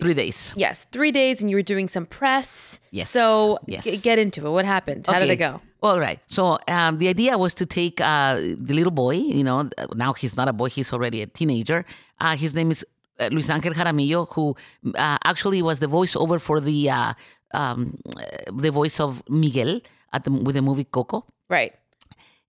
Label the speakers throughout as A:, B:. A: Three days.
B: Yes, three days, and you were doing some press.
A: Yes,
B: So
A: yes.
B: g- get into it. What happened? How did it
A: Okay.
B: go?
A: All right. So um, the idea was to take uh, the little boy. You know, uh, now he's not a boy; he's already a teenager. Uh, his name is uh, Luis Ángel Jaramillo, who uh, actually was the voiceover for the uh, um, uh, the voice of Miguel at the, with the movie Coco,
B: Right.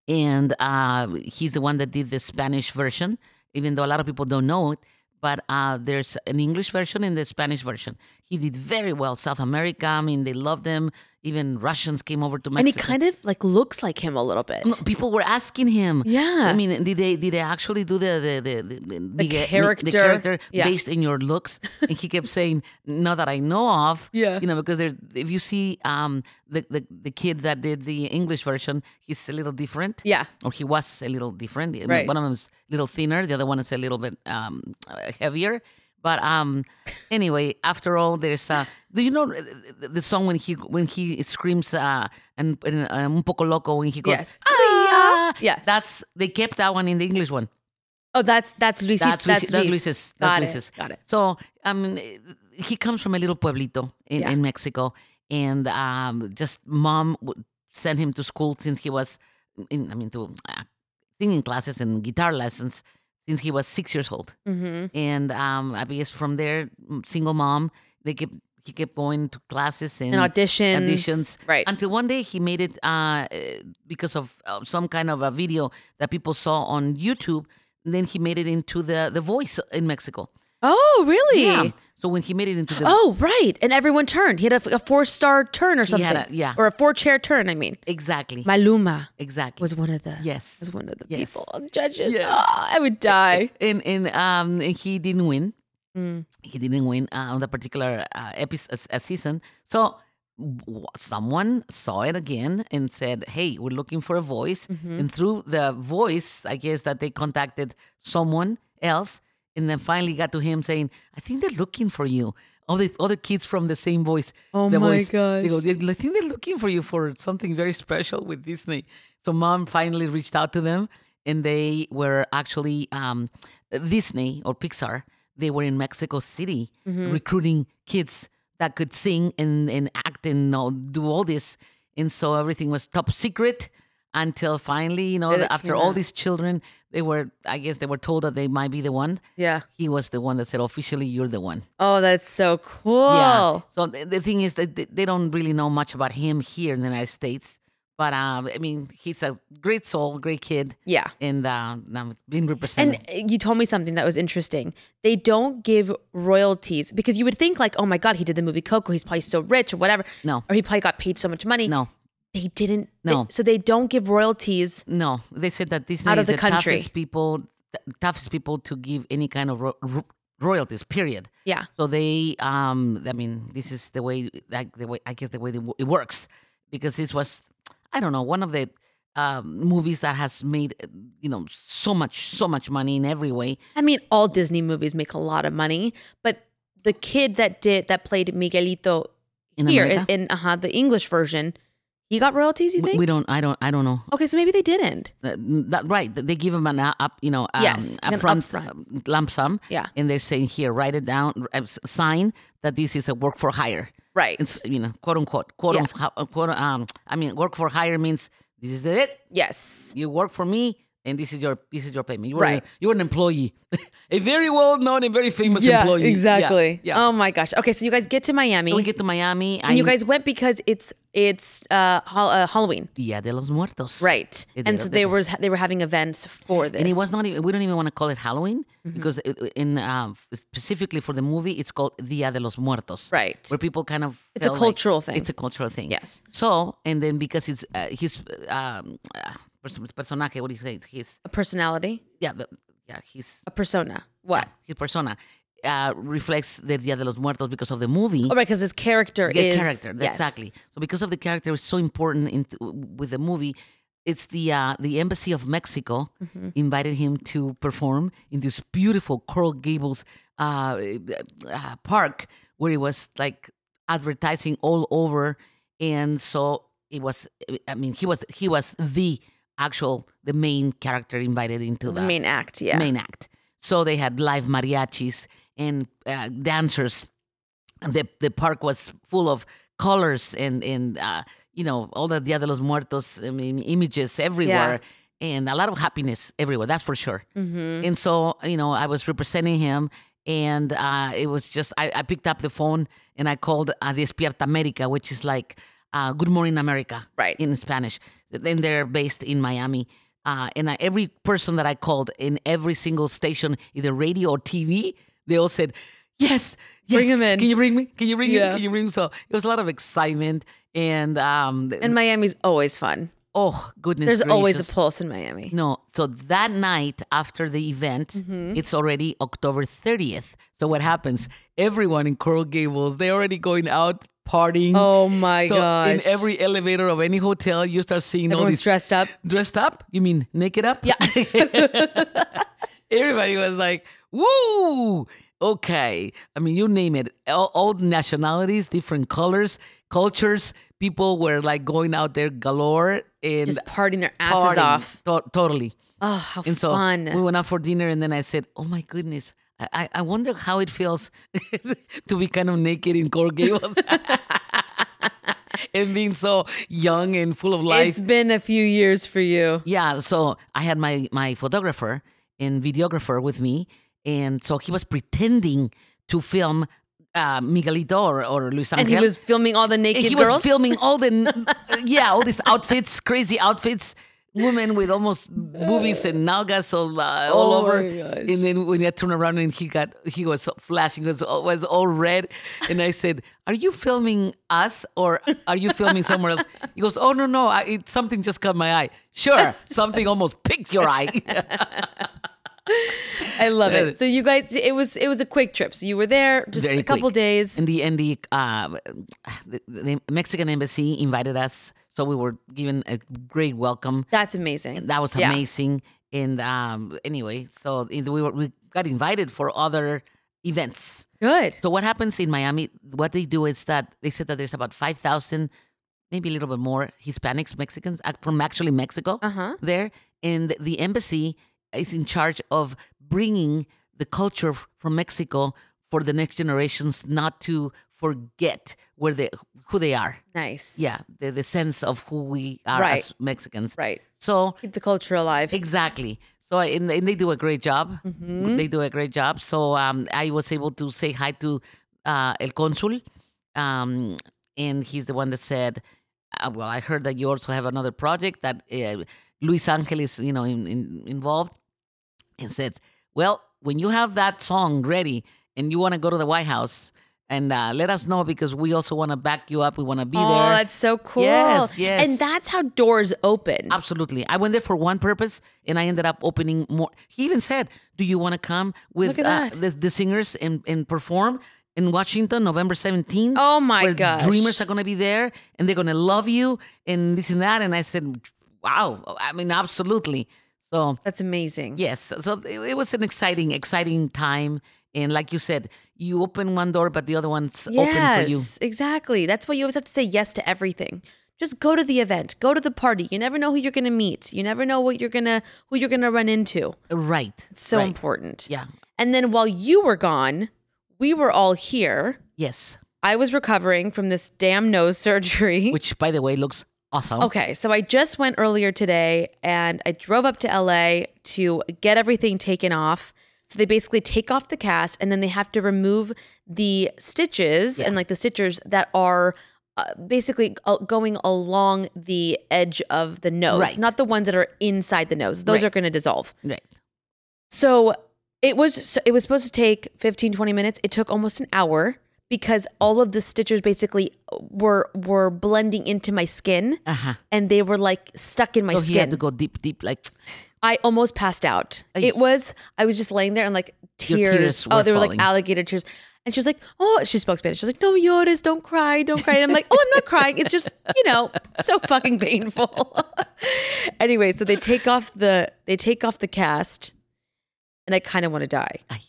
A: and uh, he's the one that did the Spanish version. Even though a lot of people don't know it, but uh, there's an English version and the Spanish version. He did very well. South America, I mean, they loved him. Even Russians came over to Mexico.
B: And he kind of like looks like him a little bit.
A: No, people were asking him.
B: Yeah.
A: I mean, did they did they actually do the the the, the, the, Miguel- Mi-
B: character.
A: the character
B: Yeah.
A: based in your looks? and he kept saying, "Not that I know of."
B: Yeah.
A: You know, because there, if you see um the, the the kid that did the English version, he's a little different.
B: Yeah.
A: Or he was a little different. I mean,
B: Right.
A: One of them is a little thinner. The other one is a little bit um uh, heavier. But um, anyway, after all, there's uh, do you know uh, the the song when he when he screams uh and, and uh, un poco loco when he goes
B: Yes.
A: "Ah!"
B: Yes.
A: That's they kept that one in the English one.
B: oh, that's that's Luis.
A: That's Luis- that's Luis's.
B: Got
A: That's
B: it.
A: Luis's.
B: Got it.
A: So um, he comes from a little pueblito in,
B: Yeah.
A: in Mexico, and um, just mom would send him to school since he was, in, I mean, to uh, singing classes and guitar lessons since he was six years old.
B: Mm-hmm.
A: And um, I guess from there, m- single mom, they kept he kept going to classes and,
B: And auditions.
A: auditions.
B: Right.
A: Until one day he made it uh, uh, because of uh, some kind of a video that people saw on YouTube. Then he made it into the the voice in Mexico.
B: oh, really?
A: Yeah. So when he made it into the
B: Oh, right. And everyone turned. He had a, four star turn or
A: He
B: something.
A: had a- yeah.
B: Or a four chair turn. I mean,
A: exactly
B: Maluma
A: exactly
B: was one of the.
A: Yes.
B: Was one of the
A: Yes.
B: people um, judges.
A: Yes.
B: Ah, I would die.
A: and and um he didn't win.
B: Mm.
A: He didn't win uh, on the particular uh, episode uh, season. So w- someone saw it again and said, "Hey, we're looking for a voice."
B: Mm-hmm.
A: And through the voice, I guess that they contacted someone else, and then finally got to him saying, "I think they're looking for you." All the other kids from the same voice.
B: Oh
A: the
B: my
A: voice. They go,
B: gosh.
A: "They- I think they're looking for you for something very special with Disney. So mom finally reached out to them, and they were actually um, Disney or Pixar. they were in Mexico City
B: Mm-hmm.
A: recruiting kids that could sing and, and act and all, do all this. And so everything was top secret until finally, you know,
B: That it
A: after
B: came
A: all
B: out.
A: these children, they were, I guess, they were told that they might be the one.
B: Yeah.
A: He was the one that said, officially, you're the one.
B: Oh, that's so cool.
A: Yeah. So the, the thing is that they, they don't really know much about him here in the United States. But um, I mean, he's a great soul, great kid,
B: Yeah.
A: and uh, now it's been represented.
B: And uh, you told me something that was interesting. They don't give royalties because you would think like, oh my god, he did the movie Coco. He's probably so rich or whatever.
A: No.
B: Or he probably got paid so much money.
A: no,
B: They didn't.
A: No.
B: they- so they don't give royalties.
A: no, they said that Disney
B: Out of
A: is
B: the
A: the,
B: country.
A: toughest people, the toughest people to give any kind of ro- ro- royalties. Period.
B: Yeah.
A: So they, um, I mean, this is the way, like the way, I guess the way it works, because this was, I don't know, one of the um, movies that has made, uh, you know, so much, so much money in every way.
B: I mean, all Disney movies make a lot of money, but the kid that did that played Miguelito
A: In
B: here
A: America?
B: in, in uh the English version, he got royalties. You
A: We-
B: think?
A: We don't. I don't. I don't know.
B: okay, so maybe they didn't.
A: Uh, that, right. They give him an uh, up. You know. Um,
B: Yes, an
A: upfront,
B: upfront.
A: um, lump sum.
B: Yeah.
A: And they're saying here, write it down. r- uh, s- Sign that this is a work for hire.
B: Right.
A: It's you know quote unquote quote
B: Yeah.
A: unquote, uh, quote um. I mean, work for hire means this is it.
B: yes.
A: You work for me. And this is your this is your payment. You were
B: Right.
A: a, you were an employee, a very well known and very famous employee. Yeah,
B: exactly.
A: Yeah.
B: Oh my gosh. Okay, so you guys get to Miami.
A: we get to Miami.
B: and you guys went because it's it's uh, hol- uh Halloween,
A: Dia de los Muertos.
B: right?
A: It
B: and
A: is,
B: so
A: it
B: they
A: is.
B: were they were having events for this.
A: And it was not even, we don't even want to call it Halloween
B: Mm-hmm.
A: because it, in um, specifically for the movie, it's called Dia de los Muertos.
B: Right.
A: Where people kind of.
B: It's a
A: felt
B: cultural thing.
A: It's a cultural thing.
B: Yes.
A: So, and then because it's uh, his uh, um, uh, pers- personaje, what do you say? His,
B: a personality,
A: yeah, the, yeah, his,
B: a persona. What?
A: his persona uh, reflects the Dia de los Muertos because of the movie.
B: Oh, right, because his character
A: The
B: is
A: character,
B: yes.
A: exactly. So because of the character is so important in with the movie, it's the uh, the embassy of Mexico
B: Mm-hmm.
A: invited him to perform in this beautiful Coral Gables uh, uh, park where he was like advertising all over, and so it was. I mean, he was he was the actual the main character invited into
B: The
A: the
B: main act, yeah.
A: main act. So they had live mariachis and uh, dancers. And the the park was full of colors and and uh, you know all the Dia de los Muertos I mean, images everywhere. And a lot of happiness everywhere, that's for sure.
B: Mm.
A: And so, you know, I was representing him, and uh, it was just, I, I picked up the phone and I called uh, Despierta America, which is like uh, Good Morning America
B: Right.
A: in Spanish. Then they're based in Miami. Uh, and I, every person that I called in every single station, either radio or TV, they all said, Yes, yes.
B: Bring him in."
A: Can you bring me? Can you bring
B: Yeah.
A: him? Can you bring him? So it was a lot of excitement. And, um,
B: And Miami's always fun.
A: oh, goodness.
B: There's always a
A: gracious.
B: pulse in Miami.
A: No. So that night after the event,
B: Mm-hmm.
A: it's already October 30th. So what happens? Everyone in Coral Gables, they're already going out partying.
B: Oh my
A: so
B: gosh.
A: in every elevator of any hotel, you start seeing all
B: Everyone's
A: these
B: dressed up.
A: dressed up. You mean naked up?
B: Yeah.
A: Everybody was like, "Woo!" Okay. I mean, you name it. All, all nationalities, different colors, cultures. People were like going out there galore and
B: Just partying their asses
A: partying.
B: off.
A: To- totally.
B: Oh, how
A: And so
B: fun.
A: we went out for dinner, and then I said, "Oh my goodness, I- I, I wonder how it feels to be kind of naked in Coral Gables and being so young and full of life."
B: it's been a few years for you.
A: yeah, so I had my my photographer and videographer with me, and so he was pretending to film uh, Miguelito or, or Luis Angel.
B: And he was filming all the
A: And
B: naked
A: he
B: girls.
A: was filming all the yeah all these outfits crazy outfits women with almost boobies and nalgas all, uh,
B: Oh
A: all
B: my
A: over
B: gosh.
A: and then when i turned around and he got he was so flashing was all, was all red and i said are you filming us or are you filming somewhere else he goes oh no no I, it, something just caught my eye sure something almost picked your eye
B: I love
A: Yeah.
B: it. So you guys, it was it was a quick trip. So you were there just
A: Very
B: a couple
A: quick.
B: days.
A: And the and the, uh, the the Mexican embassy invited us, so we were given a great welcome.
B: That's amazing.
A: That was
B: Yeah.
A: amazing. And um, anyway, so it- we were, we got invited for other events.
B: Good.
A: So what happens in Miami? What they do is that they said that there's about five thousand, maybe a little bit more Hispanics, Mexicans ac- from actually Mexico
B: Uh huh.
A: there, and the embassy is in charge of bringing the culture f- from Mexico for the next generations not to forget where they who they are.
B: Nice.
A: Yeah, the, the sense of who we are
B: Right.
A: as Mexicans.
B: Right.
A: So
B: Keep the culture alive.
A: Exactly. So I- and, and they do a great job.
B: Mm-hmm.
A: They do a great job. So um, I was able to say hi to uh, El Consul, um, and he's the one that said, uh, "Well, I heard that you also have another project that uh, Luis Angel is, you know, in, in, involved." And says, "Well, when you have that song ready and you want to go to the White House." And uh, let us know because we also want to back you up. We want to be
B: oh,
A: there.
B: that's so cool.
A: Yes, yes.
B: And that's how doors open.
A: Absolutely. I went there for one purpose and I ended up opening more. He even said, Do you want to come with
B: Look
A: uh,
B: at that.
A: the, the singers and, and perform in Washington November 17th?
B: Oh my
A: where
B: gosh.
A: Dreamers are going to be there and they're going to love you and this and that. And I said, Wow. I mean, absolutely. So,
B: That's amazing.
A: yes. So it, it was an exciting, exciting time. And like you said, you open one door, but the other one's open for you.
B: Yes, exactly. That's why you always have to say yes to everything. Just go to the event, go to the party. You never know who you're going to meet. You never know what you're going to who you're going to run into.
A: Right.
B: It's so
A: right.
B: important.
A: Yeah.
B: And then while you were gone, we were all here.
A: Yes.
B: I was recovering from this damn nose surgery.
A: Which, by the way, looks awesome.
B: Okay, so I just went earlier today and I drove up to LA to get everything taken off. So they basically take off the cast and then they have to remove the stitches and like the stitchers that are uh, basically uh, going along the edge of the nose,
A: Right.
B: not the ones that are inside the nose. Those
A: Right.
B: are going to dissolve.
A: Right.
B: So it was so it was supposed to take 15 20 minutes. It took almost an hour because all of the stitchers basically uh, were were blending into my skin
A: Uh huh.
B: and they were like stuck in my
A: so Oh, he had
B: skin.
A: to go deep, deep, like
B: I almost passed out.
A: Ay.
B: It was I was just laying there and like
A: Your
B: tears.
A: tears
B: oh,
A: were
B: they were
A: falling.
B: like alligator tears. And she was like, "Oh," she spoke Spanish. She was like, "No llores, don't cry, don't cry." And I'm like, "Oh, I'm not crying. It's just you know so fucking painful." anyway, so they take off the they take off the cast, and I kind of want to die.
A: Ay.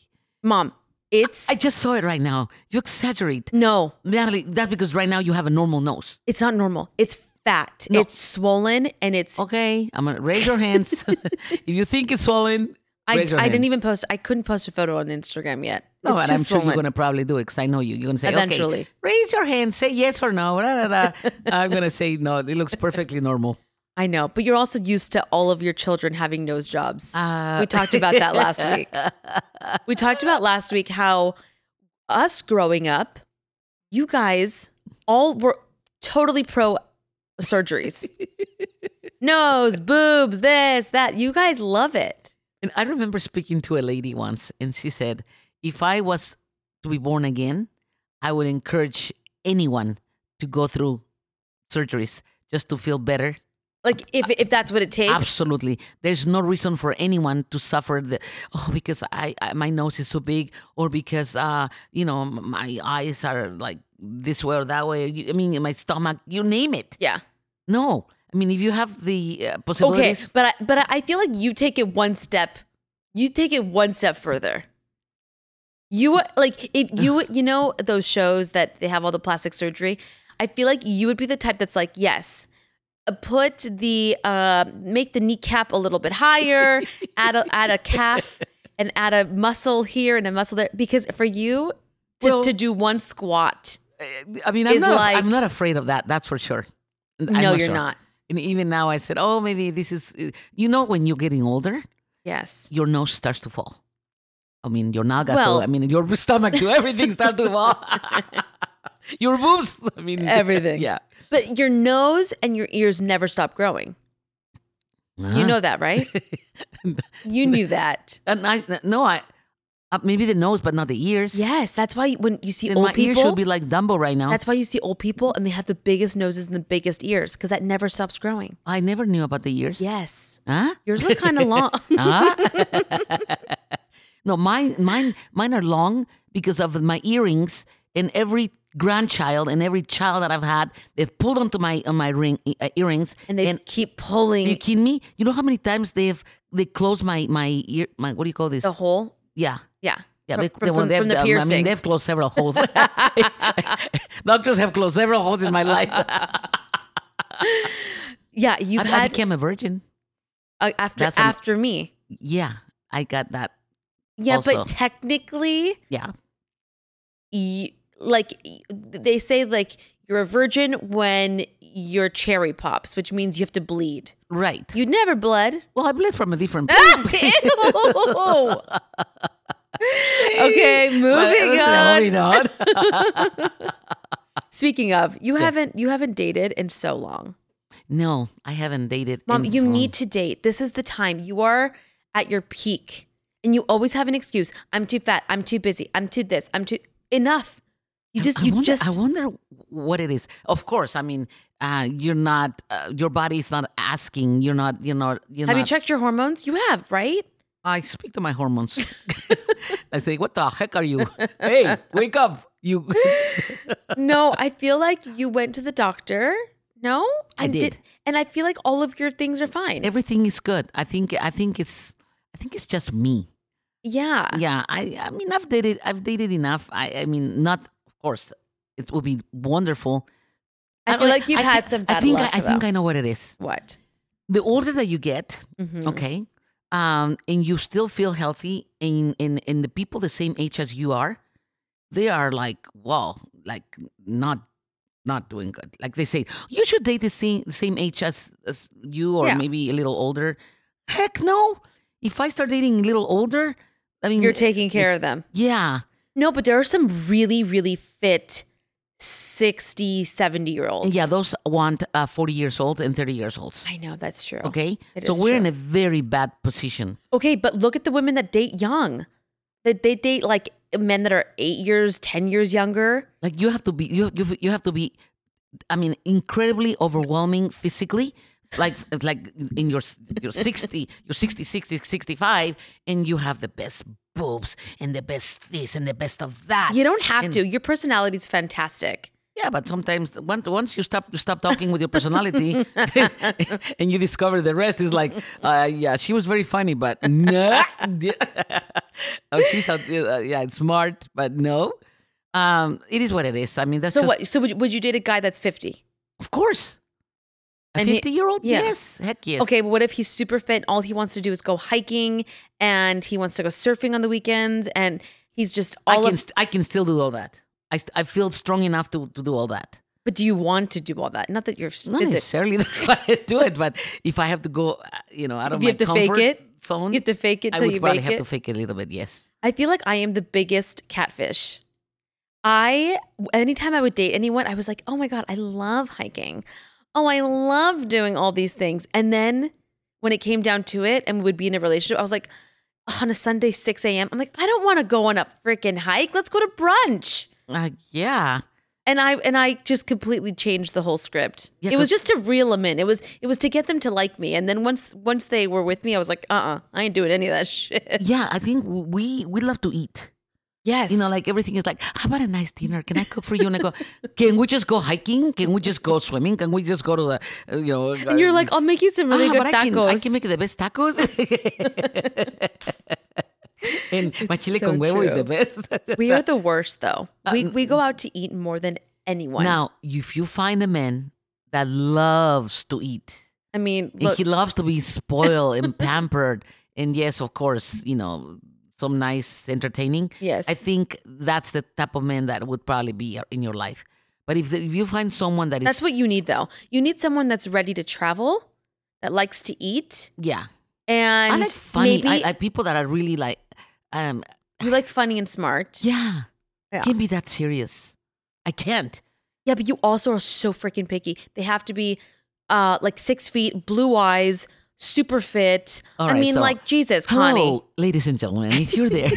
B: Mom, it's
A: I just saw it right now. You exaggerate.
B: no,
A: Natalie, that's because right now you have a normal nose.
B: it's not normal. It's fat.
A: No.
B: It's swollen, and it's
A: Okay, I'm gonna raise your hands. if you think it's swollen,
B: I,
A: raise your
B: I
A: hand.
B: didn't even post. I couldn't post a photo on Instagram yet.
A: No,
B: it's
A: and
B: too
A: I'm
B: swollen.
A: sure you're gonna probably do it because I know you. You're gonna say okay,
B: Eventually.
A: raise your hand, say yes or no. da, da, da. I'm gonna say no. It looks perfectly normal.
B: I know, but you're also used to all of your children having nose jobs.
A: Uh,
B: we talked about that last week. We talked about last week how us growing up, you guys all were totally pro surgeries. nose, boobs, this, that. You guys love it.
A: And I remember speaking to a lady once, and she said, if I was to be born again, I would encourage anyone to go through surgeries just to feel better
B: Like if if that's what it takes.
A: Absolutely. There's no reason for anyone to suffer the oh because I, I my nose is so big or because uh you know m- my eyes are like this way or that way. You- I mean my stomach. You name it.
B: Yeah.
A: No. I mean if you have the uh,
B: Okay,
A: possibilities.
B: but I, but I feel like you take it one step. You take it one step further. You like if you you know those shows that they have all the plastic surgery. I feel like you would be the type that's like, yes, uh, put the uh, make the kneecap a little bit higher, add a, add a calf, and add a muscle here and a muscle there. Because for you to,
A: Well-
B: to do one squat,
A: I mean I'm
B: is
A: not af-
B: like-
A: I'm not afraid of that. That's for sure. And I'm
B: no, you're
A: sure.
B: not.
A: And even now I said, oh maybe this is uh, you know when you're getting older,
B: Yes,
A: your nose starts to fall. I mean your naga.
B: Well-
A: so I mean your stomach to everything start to fall. your boobs. I mean
B: Everything.
A: Yeah.
B: but your nose and your ears never stop growing. You know that, right? you knew that.
A: Uh-huh. and I no, I uh, maybe the nose, but not the ears.
B: Yes, that's why when you see
A: and
B: old
A: my ears
B: people,
A: should be like Dumbo right now.
B: that's why you see old people and they have the biggest noses and the biggest ears because that never stops growing.
A: I never knew about the ears.
B: Yes,
A: Huh?
B: yours look kind of long.
A: No, mine, mine, mine are long because of my earrings. And every grandchild and every child that I've had, they've pulled onto my on my ring uh, earrings.
B: and they keep pulling
A: are you kidding me? You know how many times they've they closed my my ear my what do you call this?
B: the hole.
A: Yeah.
B: Yeah,
A: Yeah,
B: Oh. from,
A: they,
B: from,
A: they-
B: from-
A: they've,
B: from the
A: um, I mean,
B: piercing.
A: they've closed several holes. Doctors have closed several holes in my life. I,
B: yeah, you've
A: I
B: had
A: became a virgin.
B: uh, after
A: That's an-
B: after me.
A: Yeah, I got that
B: Yeah,
A: also.
B: but technically,
A: Yeah.
B: y- like y- they say, like you're a virgin when your cherry pops, which means you have to bleed.
A: Right.
B: You never bled.
A: well, I believe from a different
B: Ah,
A: poop.
B: ew. okay, moving
A: Well, listen,
B: on.
A: Moving on.
B: Speaking of, you haven't you haven't dated in so long.
A: No, I haven't dated.
B: Mom,
A: in
B: you
A: so long.
B: need to date. This is the time. You are at your peak and you always have an excuse. I'm too fat. I'm too busy. I'm too this. I'm too enough. You just
A: I
B: you
A: wonder,
B: just
A: I wonder what it is. Of course, I mean, uh, you're not. Uh, your body is not asking. You're not. You're not. You're
B: Have
A: not,
B: you checked your hormones? You have, right?
A: I speak to my hormones. I say, "What the heck are you? hey, wake up! You."
B: no, I feel like you went to the doctor. No?
A: I
B: And
A: did.
B: and I feel like all of your things are fine.
A: Everything is good. I think. I think it's. I think it's just me.
B: yeah.
A: Yeah. I. I mean, I've dated. I've dated enough. I. I mean, not. Of course, it would be wonderful.
B: I feel like you've
A: I
B: had
A: thi-
B: some bad
A: I think.
B: luck.
A: I, I think
B: though.
A: I know what it is.
B: what?
A: The older that you get,
B: Mhm.
A: okay um and you still feel healthy and and and the people the same age as you are they are like wow like not not doing good like they say you should date the same the same age as, as you or
B: Yeah.
A: maybe a little older heck no if i start dating a little older i mean
B: You're taking care of them.
A: yeah
B: Mm. No, but there are some really, really fit 60, 70 year olds.
A: yeah those want uh, 40 years old and 30 years old
B: I know, that's true.
A: okay
B: It
A: so
B: is
A: we're
B: true.
A: in a very bad position
B: Okay, but look at the women that date young. That they date like men that are eight years, 10 years younger.
A: like you have to be you you, you have to be i mean incredibly overwhelming physically like like in your your 60 your 60 60 65 and you have the best boobs and the best this and the best of that
B: You don't have
A: And-
B: to. Your personality's fantastic.
A: yeah but sometimes once once you stop you stop talking with your personality and you discover the rest is like uh, yeah she was very funny but no oh she's out uh, yeah smart but no um it is what it is i mean that's
B: So
A: just,
B: what? So would, would you date a guy that's 50?
A: Of course. A
B: And he-
A: 50 year old?
B: yeah.
A: Yes. Heck yes.
B: Okay, but what if he's super fit? and All he wants to do is go hiking and he wants to go surfing on the weekends and he's just
A: I
B: all
A: can,
B: of.
A: st- I can still do all that. I, st- I feel strong enough to, to do all that.
B: But do you want to do all that? Not that you're.
A: Not
B: is it?
A: necessarily that I do it, but if I have to go, uh, you know, out
B: If
A: of
B: you
A: my
B: have to fake
A: comfort
B: it,
A: zone,
B: You have to fake it
A: I
B: till
A: would
B: you
A: probably
B: make
A: have
B: it.
A: to fake it a little bit. Yes.
B: I feel like I am the biggest catfish. I anytime I would date anyone, I was like, "Oh my god, I love hiking. Oh, I love doing all these things." And then when it came down to it, and we would be in a relationship, I was like, "On a Sunday, six a.m., I'm like, I don't want to go on a freaking hike. Let's go to brunch."
A: Uh, yeah.
B: And I and I just completely changed the whole script.
A: Yeah,
B: it was
A: 'cause-
B: just to reel them in. It was it was to get them to like me. And then once once they were with me, I was like, "Uh, uh I ain't doing any of that shit."
A: Yeah. I think we, we love to eat.
B: Yes,
A: You know, like everything is like, how about a nice dinner? Can I cook for you? And I go, can we just go hiking? Can we just go swimming? Can we just go to the, uh, you know,
B: And you're like, I'll make you some really
A: Ah,
B: good
A: but
B: tacos.
A: I can, I can make the best tacos. and my chile
B: so
A: con huevo is the Um,
B: true.
A: best.
B: we are the worst though. we we go out to eat more than anyone.
A: now, if you find a man that loves to eat,
B: I mean,
A: and
B: look,
A: he loves to be spoiled and pampered, and yes, of course, you know, some nice entertaining,
B: yes,
A: I think that's the type of man that would probably be in your life. But if, the, if you find someone that is,
B: that's what you need though. You need someone that's ready to travel, that likes to eat,
A: yeah,
B: and
A: I like funny,
B: maybe
A: I, I, people that are really like, um,
B: you like funny and smart.
A: yeah,
B: Yeah.
A: can't be that serious. I can't.
B: Yeah, but you also are so freaking picky. They have to be, uh, like six feet, blue eyes, super fit.
A: All
B: I
A: right,
B: mean,
A: so-
B: like Jesus, Connie.
A: Hello, ladies and gentlemen. If you're there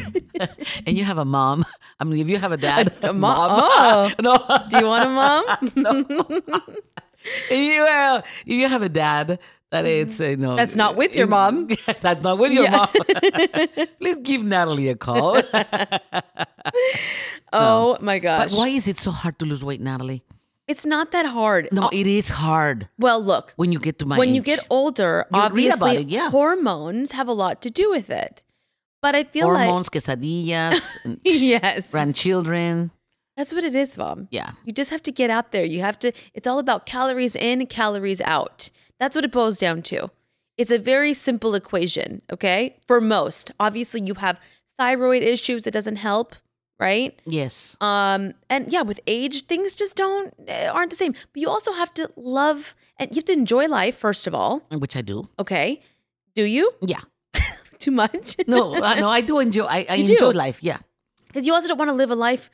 A: and you have a mom, I mean, if you have a dad,
B: A mo- oh.
A: no,
B: Do you want a mom?
A: you, well, if you have a dad that it's uh, no,
B: Mm-hmm. That's not with your mom.
A: that's not with your
B: Yeah.
A: mom. Please give Natalie a call.
B: oh my
A: but
B: gosh!
A: why is it so hard to lose weight, Natalie?
B: It's not that hard.
A: No,
B: Uh,
A: it is hard
B: well, look,
A: when you get to my
B: when you
A: age.
B: get older,
A: You read
B: obviously
A: about it, yeah.
B: hormones have a lot to do with it. But I feel
A: hormones, quesadillas, and
B: like yes,
A: grandchildren.
B: that's what it is, mom.
A: Yeah.
B: You just have to get out there. You have to. It's all about calories in, calories out. That's what it boils down to. It's a very simple equation, okay? For most, obviously, you have thyroid issues, it doesn't help, right?
A: Yes.
B: Um, and yeah, with age, things just don't eh, aren't the same. But you also have to love and you have to enjoy life first of all.
A: Which I do.
B: Okay, do you
A: Yeah.
B: too much?
A: No, uh, no, I do enjoy. I, I
B: You do.
A: enjoy life. Yeah.
B: because you also don't want to live a life,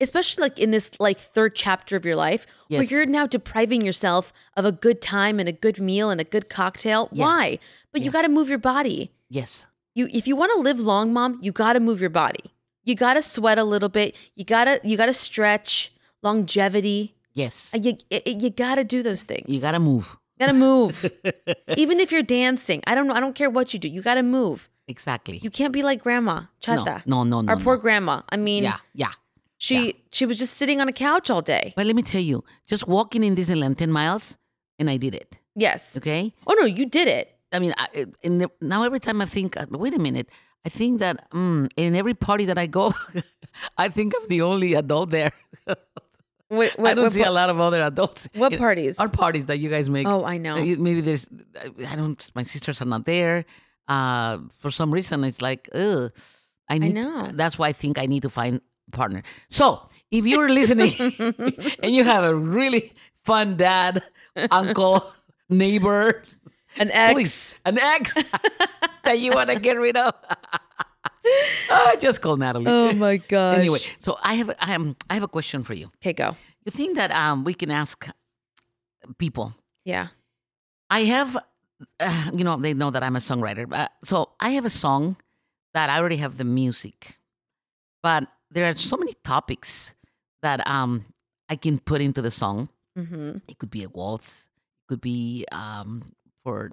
B: especially like in this like third chapter of your life, where
A: Yes.
B: you're now depriving yourself of a good time and a good meal and a good cocktail.
A: Yeah.
B: Why? But you
A: Yeah.
B: got to move your body.
A: Yes.
B: you if you want to live long mom you got to move your body you got to sweat a little bit you got to you got to stretch longevity
A: Yes.
B: Uh, you, i- i- you got to do those things
A: you gotta move.
B: You gotta move even if you're dancing i don't know i don't care what you do you got to move
A: Exactly.
B: you can't be like grandma chata
A: no, no, no,
B: our poor
A: no.
B: grandma i mean
A: yeah. Yeah.
B: she she was just sitting on a couch all day
A: But let me tell you, just walking in Disneyland 10 miles, and I did it.
B: yes
A: Okay.
B: oh no you did it
A: I mean, I, it- in the, now every time I think, uh, wait a minute, I think that mm, in every party that I go, I think I'm the only adult there.
B: what,
A: I don't see a lot of other adults.
B: what
A: in
B: parties?
A: Our parties that you guys make.
B: Oh, I know.
A: Uh, you- Maybe there's, I I don't, my sisters are not there. Uh, for some reason, it's like, ugh. I, need,
B: know.
A: That's why I think I need to find a partner. So if you're listening and you have a really fun dad, uncle, neighbor,
B: an ex
A: please, an ex that you want to get rid of. oh, just call Natalie.
B: oh my gosh
A: anyway, so I have I am I have a question for you.
B: okay go
A: You think that um we can ask people?
B: yeah
A: I have, uh, you know, they know that I'm a songwriter, uh, so I have a song that I already have the music, but there are so many topics that um I can put into the song.
B: mm-hmm.
A: It could be a waltz. It could be um, for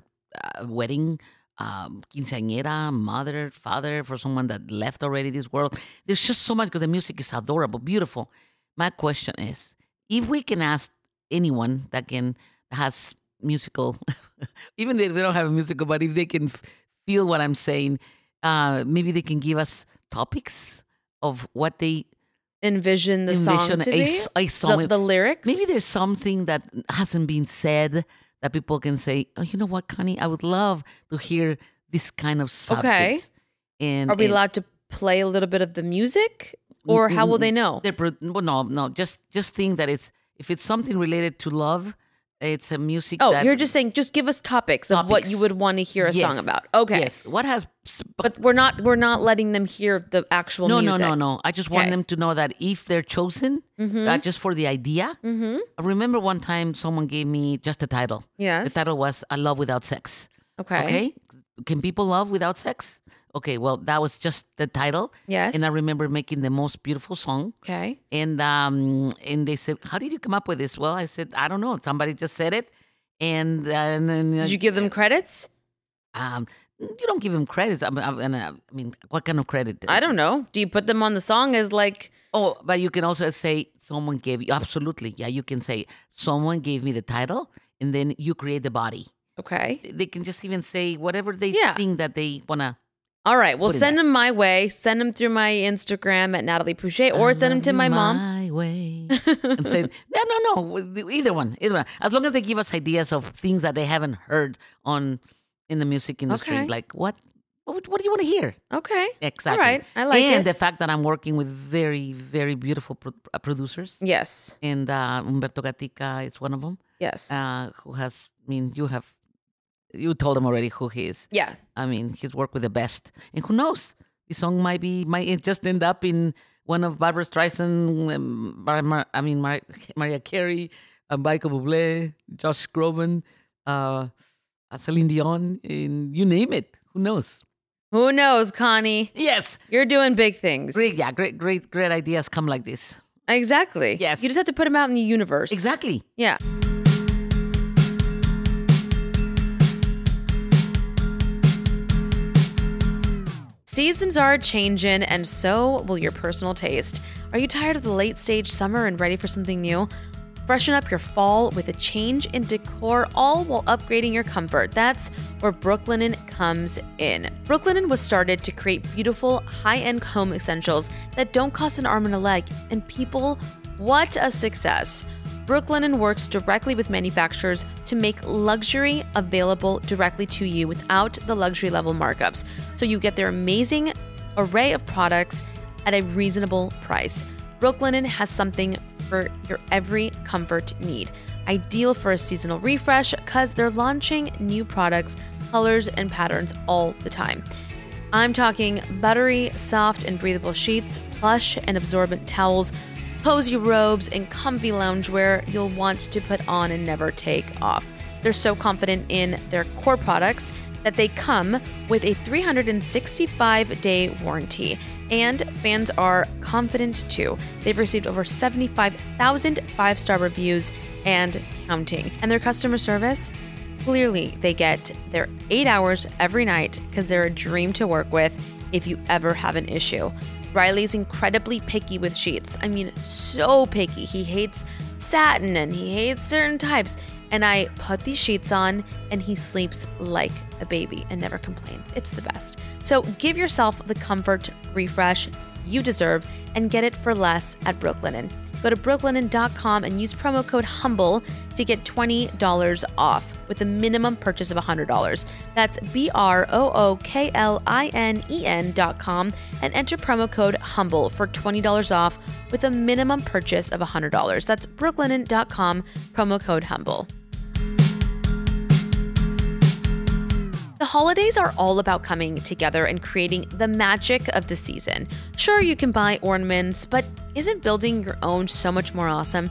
A: a wedding, um, quinceañera, mother, father, for someone that left already this world. There's just so much because the music is adorable, beautiful. My question is, if we can ask anyone that can that has musical, even if they don't have a musical, but if they can f- feel what I'm saying, uh, maybe they can give us topics of what they
B: envision the song
A: envision
B: to
A: a,
B: be?
A: s- a song.
B: the, the lyrics.
A: Maybe there's something that hasn't been said that people can say, "Oh, you know what, Connie? I would love to hear this kind of
B: Okay.
A: subjects." And
B: are we
A: and
B: allowed to play a little bit of the music, or how will they know?
A: they're pro- well, no, no. Just just think that it's if it's something related to love, it's a music.
B: Oh,
A: that-
B: you're just saying just give us topics, of what you
A: Topics.
B: would want to hear a song
A: Yes.
B: about. Okay,
A: Yes. What has?
B: but we're not we're not letting them hear the actual
A: no,
B: music.
A: no, no, no. I just want
B: Okay.
A: them to know that if they're chosen, uh, just for the idea.
B: Mm-hmm.
A: I remember one time someone gave me just the title. The
B: Yes.
A: title was "A Love Without Sex."
B: Okay.
A: Okay. Can people love without sex? Okay, well, that was just the title.
B: Yes.
A: And I remember making the most beautiful song.
B: okay.
A: And um, and they said, How did you come up with this? Well, I said, I don't know. Somebody just said it. And, uh, and then.
B: Did you give them credits?
A: Um, you don't give him credits. I mean, I, and, uh, I mean, what kind of credit?
B: I don't know. Do you put them on the song as like?
A: Oh, but you can also say, Someone gave you. Absolutely. Yeah, you can say, Someone gave me the title. And then you create the body.
B: Okay.
A: They can just even say whatever they
B: Yeah.
A: think that they want to.
B: All right. Well,
A: Put in
B: send
A: that.
B: them my way. Send them through my Instagram at Natalie Pouchet, or
A: I
B: send them
A: love
B: to
A: you
B: my mom.
A: My way. and say, no, no, no, with- either one, either one. As long as they give us ideas of things that they haven't heard on in the music industry,
B: Okay.
A: like what, what, would- what do you want to hear?
B: Okay.
A: Exactly.
B: right. I like
A: and
B: it.
A: the fact that I'm working with very, very beautiful pro- uh, producers,
B: Mm. Yes.
A: and uh, Humberto Gatica is one of them,
B: Yes.
A: uh, who has. I mean, you have, you told him already who he is.
B: yeah.
A: I mean, he's worked with the best, and who knows? This song might be might it just end up in one of Barbara Streisand, um, Mar- Mar- I mean Mar- Mariah Carey, uh, Michael Bublé, Josh Groban, uh, uh, Celine Dion, and you name it. Who knows?
B: Who knows, Connie?
A: Yes,
B: You're doing big things.
A: great, yeah, great, great, great ideas come like this.
B: Exactly.
A: Yes.
B: You just have to put them out in the universe.
A: Exactly.
B: Yeah. Seasons are changing, and so will your personal taste. Are you tired of the late stage summer and ready for something new? Freshen up your fall with a change in decor, all while upgrading your comfort. That's where Brooklinen comes in. Brooklinen was started to create beautiful, high end home essentials that don't cost an arm and a leg. And people, what a success! Brooklinen works directly with manufacturers to make luxury available directly to you without the luxury level markups. So you get their amazing array of products at a reasonable price. Brooklinen has something for your every comfort need. Ideal for a seasonal refresh because they're launching new products, colors, and patterns all the time. I'm talking buttery, soft, and breathable sheets, plush and absorbent towels, cozy robes, and comfy loungewear you'll want to put on and never take off. They're so confident in their core products that they come with a 365 day warranty. And fans are confident too. They've received over 75,000 five star reviews and counting. And their customer service? Clearly, they get their eight hours every night because they're a dream to work with if you ever have an issue. Riley's incredibly picky with sheets. I mean, so picky. He hates satin and he hates certain types. And I put these sheets on and he sleeps like a baby and never complains. It's the best. So give yourself the comfort refresh you deserve and get it for less at Brooklinen. Go to brooklinen.com and use promo code HUMBLE to get $20 off with a minimum purchase of $100. That's B R O O K L I N E N.com and enter promo code HUMBLE for $20 off with a minimum purchase of $100. That's brooklinen.com, promo code HUMBLE. The holidays are all about coming together and creating the magic of the season. Sure, you can buy ornaments, but isn't building your own so much more awesome?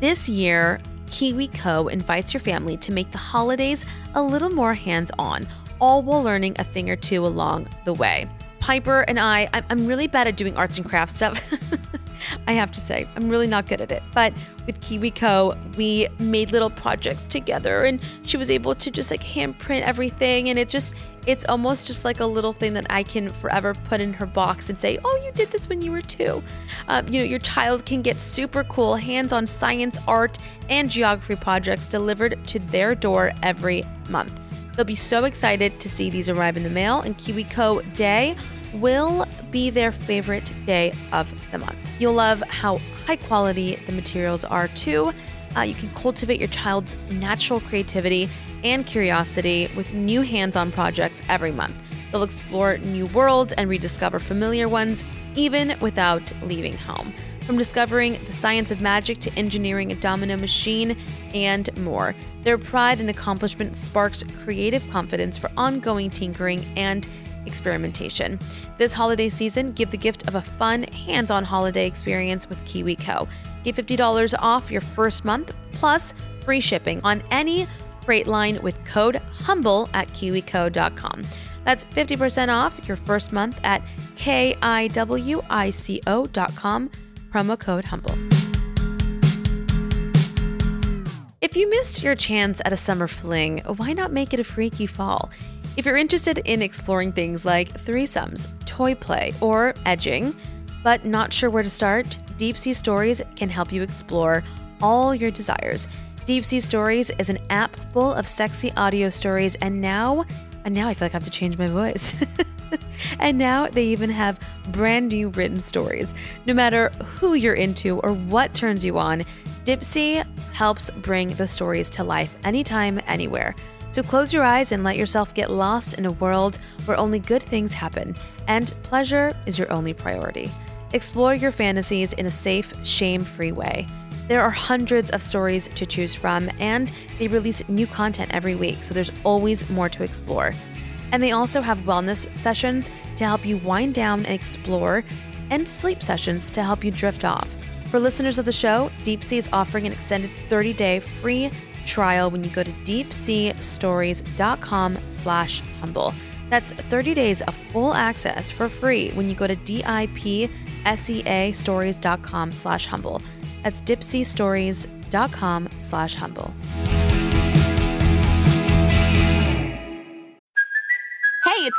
B: This year, Kiwi Co invites your family to make the holidays a little more hands on, all while learning a thing or two along the way. Piper and I, I'm- I'm really bad at doing arts and crafts stuff. I have to say, I'm really not good at it. But with KiwiCo, we made little projects together and she was able to just like handprint everything. And it just, it's almost just like a little thing that I can forever put in her box and say, oh, you did this when you were two. Um, you know, your child can get super cool hands on science, art, and geography projects delivered to their door every month. They'll be so excited to see these arrive in the mail, and KiwiCo Day will be their favorite day of the month. You'll love how high quality the materials are, too. Uh, you can cultivate your child's natural creativity and curiosity with new hands on projects every month. They'll explore new worlds and rediscover familiar ones, even without leaving home from discovering the science of magic to engineering a domino machine and more. Their pride and accomplishment sparks creative confidence for ongoing tinkering and experimentation. This holiday season, give the gift of a fun, hands on holiday experience with KiwiCo. Get $50 off your first month plus free shipping on any freight line with code HUMBLE at kiwico.com. That's 50% off your first month at kiwico.com, promo code HUMBLE. If you missed your chance at a summer fling, why not make it a freaky fall? If you're interested in exploring things like threesomes, toy play, or edging, but not sure where to start, Deep Sea Stories can help you explore all your desires. Deep Sea Stories is an app full of sexy audio stories, and now, and now I feel like I have to change my voice. and now they even have brand new written stories. No matter who you're into or what turns you on, Dipsy helps bring the stories to life anytime, anywhere. So close your eyes and let yourself get lost in a world where only good things happen and pleasure is your only priority. Explore your fantasies in a safe, shame free way. There are hundreds of stories to choose from, and they release new content every week, so there's always more to explore. And they also have wellness sessions to help you wind down and explore, and sleep sessions to help you drift off. For listeners of the show, Deep Sea is offering an extended 30-day free trial when you go to deepseastories.com slash humble. That's 30 days of full access for free when you go to D-I-P-S-E-A stories.com slash humble. That's dipsystories.com slash humble.
C: Hey, it's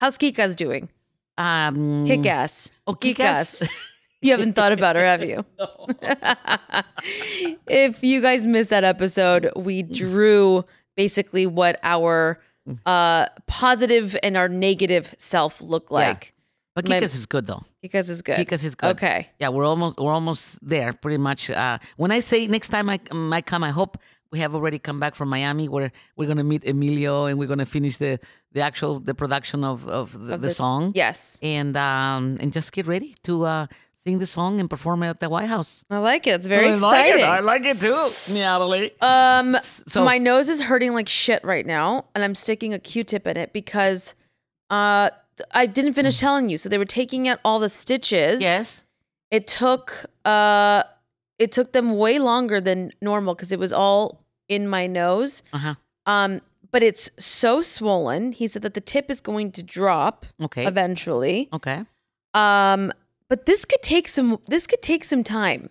B: How's Kika's doing?
A: Um,
B: Kick ass.
A: Oh, kick ass.
B: You haven't thought about her, have you? if you guys missed that episode, we drew basically what our uh, positive and our negative self look like.
A: But
B: My-
A: Kikas is good though.
B: Kick ass is good.
A: Kikas is good.
B: Okay.
A: Yeah, we're almost we're almost there, pretty much. Uh, when I say next time I, um, I come, I hope we have already come back from Miami, where we're gonna meet Emilio and we're gonna finish the the actual the production of of the, the, song.
B: Yes.
A: and um and just get ready to uh sing the song and perform it at the White House.
B: I like it. It's very exciting.
A: Oh, like it too, Natalie.
B: Um,
A: so-
B: my nose is hurting like shit right now, and I'm sticking a Q-tip in it because uh, I didn't finish telling you. So they were taking out all the stitches.
A: Mm. yes.
B: It took uh, it took them way longer than normal because it was all in my nose.
A: Uh huh.
B: Um, but it's so swollen. He said that the tip is going to drop
A: Okay.
B: eventually.
A: Okay.
B: Um, but this could take some. This could take some time.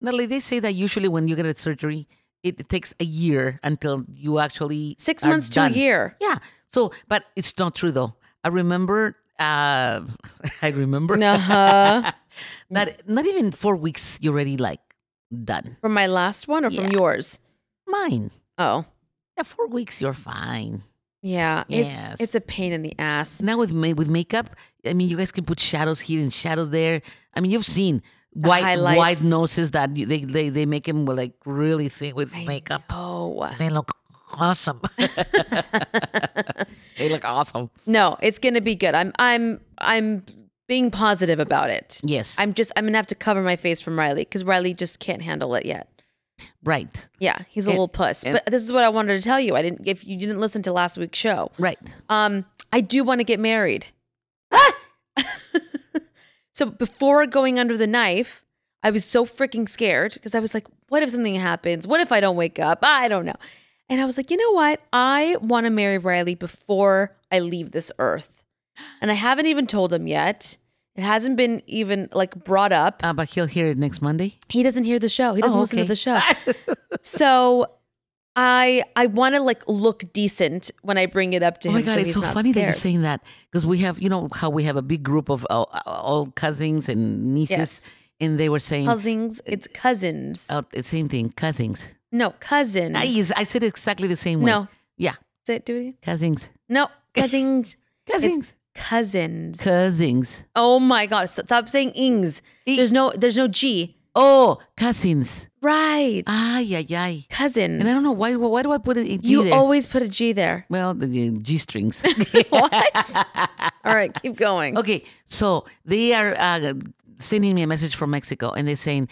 A: Natalie, they say that usually when you get a surgery, it takes a year until you actually
B: Six
A: are
B: months to a
A: done.
B: year.
A: Yeah. So, but it's not true though. I remember. Uh, I remember.
B: Uh-huh.
A: that not even four weeks. You're already like done.
B: From my last one or from
A: Yeah.
B: yours?
A: Mine.
B: Oh.
A: Yeah, four weeks. You're fine.
B: Yeah,
A: Yes.
B: it's it's a pain in the ass.
A: now with ma- with makeup, I mean, you guys can put shadows here and shadows there. I mean, you've seen wide
B: highlights.
A: wide noses that you, they they they make them like really thick with makeup.
B: Oh
A: They look awesome. they look awesome.
B: no, it's gonna be good. I'm I'm I'm being positive about it.
A: Yes,
B: I'm just I'm gonna have to cover my face from Riley because Riley just can't handle it yet.
A: right,
B: Yeah, he's a
A: And-
B: little puss.
A: and-
B: but this is what I wanted to tell you. I didn't if you didn't listen to last week's show.
A: right.
B: Um, I do want to get married. so before going under the knife, I was so freaking scared because I was like, what if something happens? What if I don't wake up? I don't know. And I was like, you know what? I want to marry Riley before I leave this earth. And I haven't even told him yet. It hasn't been even like brought up.
A: Uh, but he'll hear it next Monday.
B: He doesn't hear the show. He doesn't
A: Oh,
B: listen to
A: okay.
B: the show. so I I want to like look decent when I bring it up to
A: oh
B: him.
A: my god,
B: so
A: it's
B: he's
A: so
B: not
A: funny that
B: scared.
A: you're saying that because we have you know how we have a big group of all, all cousins and nieces,
B: Yes.
A: and they were saying.
B: cousins. It's cousins.
A: Oh, the same thing, cousins.
B: No, cousins.
A: I, is- I said exactly the same way.
B: No.
A: Yeah,
B: Say it, do it again.
A: cousins.
B: No, cousins. It's
A: Cousins.
B: cousins.
A: Cousins.
B: oh my god! Stop, stop saying ings. There's no. There's no g.
A: Oh, cousins.
B: Right.
A: Ay, ay, ay.
B: cousins.
A: Ah. And I don't know why. Why do I put it in G
B: You
A: there?
B: always put a g there.
A: well, the, the G strings.
B: what? All right, keep going.
A: okay, so they are uh, sending me a message from Mexico, and they're saying,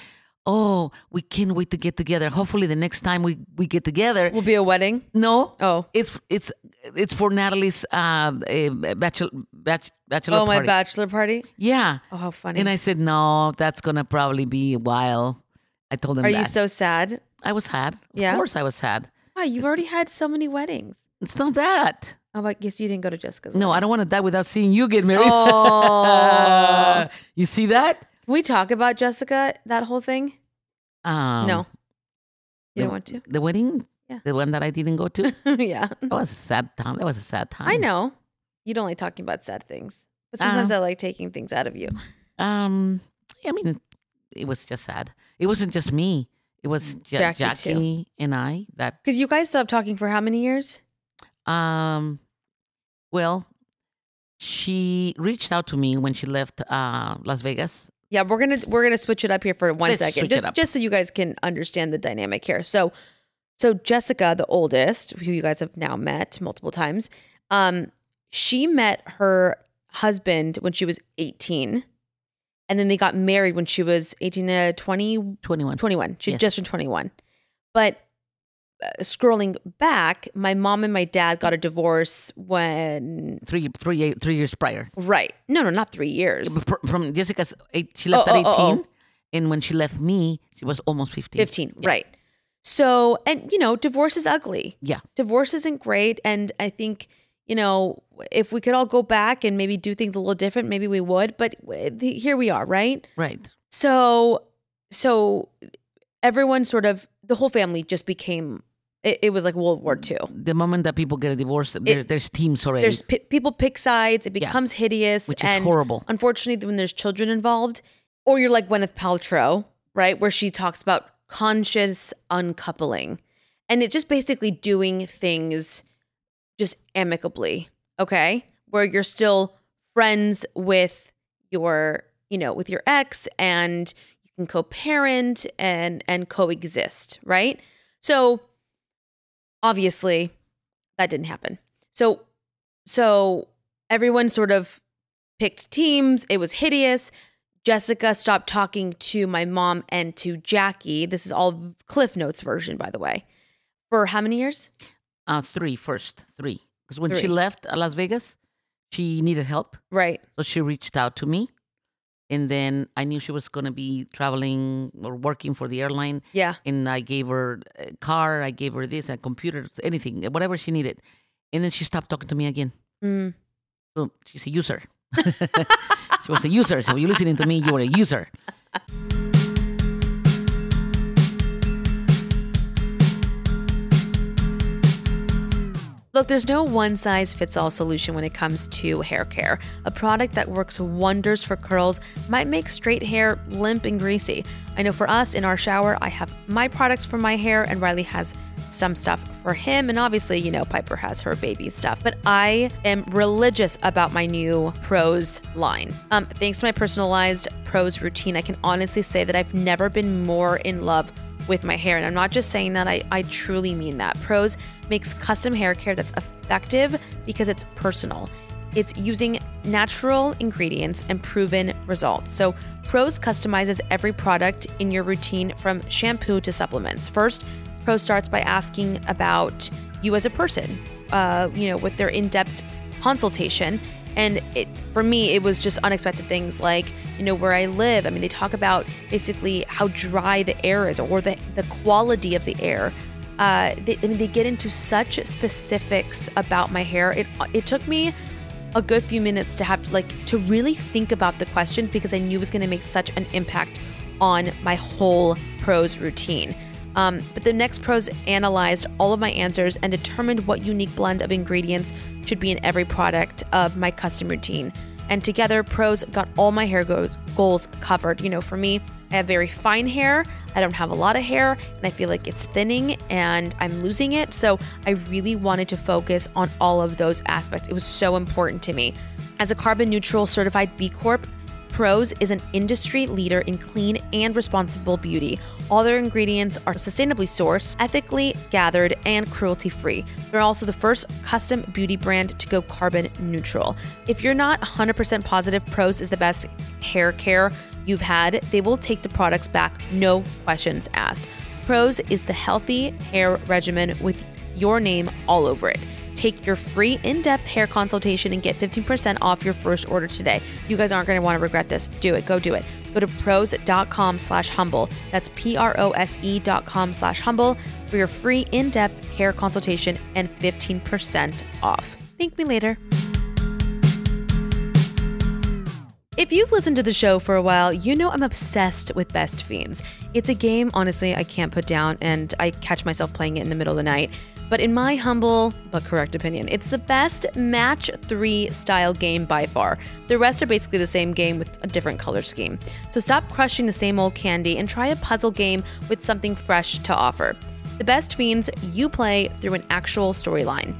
A: "Oh, we can't wait to get together. Hopefully, the next time we we get together,
B: Will be a wedding.
A: no,
B: Oh.
A: it's it's it's for Natalie's uh, eh, bachelor bach, bachelor
B: Oh, my
A: party.
B: bachelor party.
A: Yeah,
B: Oh, how funny.
A: and I said, "No, that's gonna probably be a while." I told them
B: Are
A: that.
B: you so sad?
A: I was sad. Of
B: Yeah.
A: course, I was sad.
B: Wow, you've already had so many weddings.
A: It's not that.
B: Oh, I guess you didn't go to Jessica's.
A: No, I don't want to die without seeing you get married.
B: wedding. Oh.
A: you see that?
B: Can we talk about Jessica, that whole thing?
A: Um,
B: no. You don't want
A: the-
B: to?
A: The wedding?
B: Yeah.
A: The one that I didn't go to? that
B: yeah.
A: was a sad time. That was a sad time.
B: I know. You don't like talking about sad things,
A: Ah.
B: but sometimes I like taking things out of you.
A: Um, I mean, it was just sad. It wasn't just me. It was
B: Mm,
A: ja-
B: Jackie, too.
A: Jackie and I that,
B: Because you guys stopped talking for how many years?
A: um, well, she reached out to me when she left uh, Las Vegas.
B: Yeah, we're gonna we're gonna switch it up here for one
A: Let's
B: second,
A: switch
B: ju-
A: it up.
B: just so you guys can understand the dynamic here. So, so Jessica, the oldest, who you guys have now met multiple times, um, she met her husband when she was eighteen, and then they got married when she was eighteen to twenty
A: 21.
B: 21. She
A: Yes.
B: just turned 21. But uh, scrolling back, my mom and my dad got a divorce when
A: Three, three, three years prior.
B: right. No, no, not 3 years.
A: Fr- From Jessica's eight, she left
B: Oh,
A: at
B: oh, oh,
A: 18.
B: oh.
A: And when she left me, she was almost 15.
B: 15, right. So, and you know, divorce is ugly.
A: Yeah.
B: Divorce isn't great and I think you know, if we could all go back and maybe do things a little different, maybe we would. But w- the- here we are, right?
A: Right.
B: So, so everyone sort of the whole family just became It, it was like World War II.
A: The moment that people get a divorce, there, there's teams already.
B: There's p- people pick sides. It becomes hideous,
A: Which is
B: and
A: horrible.
B: Unfortunately, when there's children involved, or you're like Gwyneth Paltrow, right, where she talks about conscious uncoupling, and it's just basically doing things just amicably, okay, where you're still friends with your, you know, with your ex, and you can co-parent and and coexist, right? So obviously, that didn't happen. So so everyone sort of picked teams. It was hideous. Jessica stopped talking to my mom and to Jackie. This is all Cliff Notes version, by the way. For how many years?
A: uh, three first, three. Because when
B: Three.
A: she left uh, Las Vegas, she needed help.
B: Right.
A: So she reached out to me. And then I knew she was going to be traveling or working for the airline.
B: Yeah.
A: And I gave her a car, I gave her this, a computer, anything, whatever she needed. And then she stopped talking to me again.
B: Mm.
A: So she's a user. she was a user. So you're listening to me, you were a user.
B: Look, there's no one size fits all solution when it comes to hair care. A product that works wonders for curls might make straight hair limp and greasy. I know for us in our shower, I have my products for my hair, and Riley has some stuff for him. And obviously, you know, Piper has her baby stuff. But I am religious about my new Pros line. Um, thanks to my personalized Pros routine, I can honestly say that I've never been more in love with my hair. And I'm not just saying that, I, I truly mean that. Pros makes custom hair care that's effective because it's personal. It's using natural ingredients and proven results. So, Pros customizes every product in your routine from shampoo to supplements. First, Pro starts by asking about you as a person, uh, you know, with their in depth consultation and it for me it was just unexpected things like you know where i live i mean they talk about basically how dry the air is or the, the quality of the air uh, they, I mean, they get into such specifics about my hair it, it took me a good few minutes to have to like to really think about the question because i knew it was going to make such an impact on my whole pros routine um, but the next pros analyzed all of my answers and determined what unique blend of ingredients should be in every product of my custom routine. And together, pros got all my hair go- goals covered. You know, for me, I have very fine hair. I don't have a lot of hair, and I feel like it's thinning and I'm losing it. So I really wanted to focus on all of those aspects. It was so important to me. As a carbon neutral certified B Corp, Pros is an industry leader in clean and responsible beauty. All their ingredients are sustainably sourced, ethically gathered, and cruelty free. They're also the first custom beauty brand to go carbon neutral. If you're not 100% positive Pros is the best hair care you've had, they will take the products back, no questions asked. Pros is the healthy hair regimen with your name all over it. Take your free in depth hair consultation and get 15% off your first order today. You guys aren't going to want to regret this. Do it. Go do it. Go to pros.com slash humble. That's P R O S E dot com slash humble for your free in depth hair consultation and 15% off. Thank me later. If you've listened to the show for a while, you know I'm obsessed with Best Fiends. It's a game, honestly, I can't put down, and I catch myself playing it in the middle of the night. But in my humble but correct opinion, it's the best match three style game by far. The rest are basically the same game with a different color scheme. So stop crushing the same old candy and try a puzzle game with something fresh to offer. The Best Fiends you play through an actual storyline.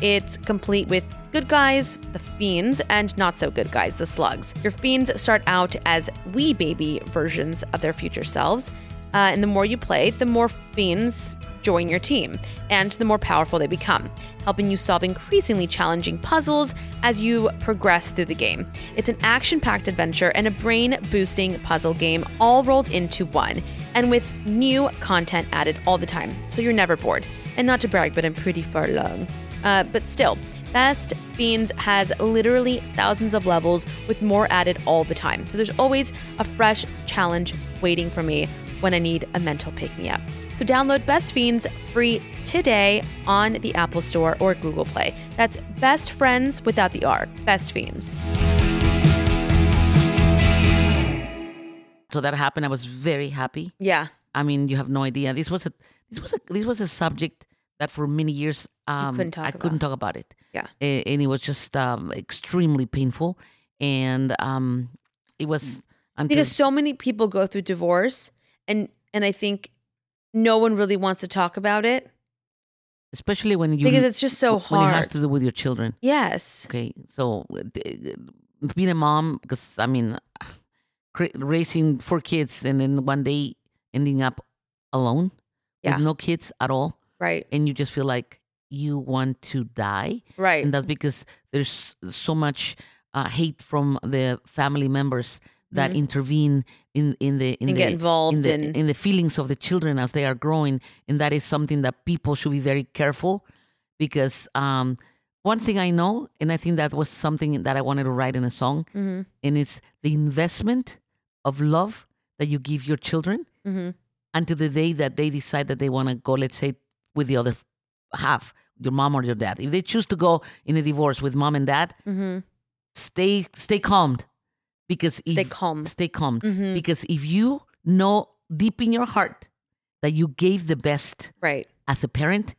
B: It's complete with good guys, the fiends, and not so good guys, the slugs. Your fiends start out as wee baby versions of their future selves. Uh, and the more you play, the more fiends join your team, and the more powerful they become, helping you solve increasingly challenging puzzles as you progress through the game. It's an action packed adventure and a brain boosting puzzle game all rolled into one, and with new content added all the time, so you're never bored. And not to brag, but I'm pretty far along. Uh, but still, Best Fiends has literally thousands of levels with more added all the time. So there's always a fresh challenge waiting for me when I need a mental pick me up. So download Best Fiends free today on the Apple Store or Google Play. That's Best Friends without the R. Best Fiends.
A: So that happened. I was very happy.
B: Yeah.
A: I mean, you have no idea. This was a this was a this was a subject that for many years um,
B: couldn't talk
A: I couldn't talk about it.
B: Yeah.
A: A- and it was just um, extremely painful, and um, it was until
B: Mm. because so many people go through divorce and and I think no one really wants to talk about it
A: especially when you
B: because it's just so
A: when it has
B: hard.
A: to do with your children.
B: yes.
A: Okay, so uh, d- uh, being a mom, because I mean, cra- raising four kids and then one day ending up alone
B: Yeah.
A: with no kids at all,
B: Right.
A: and you just feel like you want to die,
B: Right.
A: and that's because there's so much uh, hate from the family members that
B: Mhm.
A: intervene in in the in
B: and
A: the
B: get involved
A: in the,
B: and
A: in the feelings of the children as they are growing and that is something that people should be very careful because um, one thing i know and i think that was something that i wanted to write in a song
B: Mhm.
A: and it's the investment of love that you give your children
B: Mhm.
A: until the day that they decide that they want to go let's say with the other half your mom or your dad if they choose to go in a divorce with mom and dad
B: Mhm.
A: stay stay calmed because
B: stay
A: if-
B: calm.
A: stay calm
B: Mhm.
A: because if you know deep in your heart that you gave the best
B: Right.
A: as a parent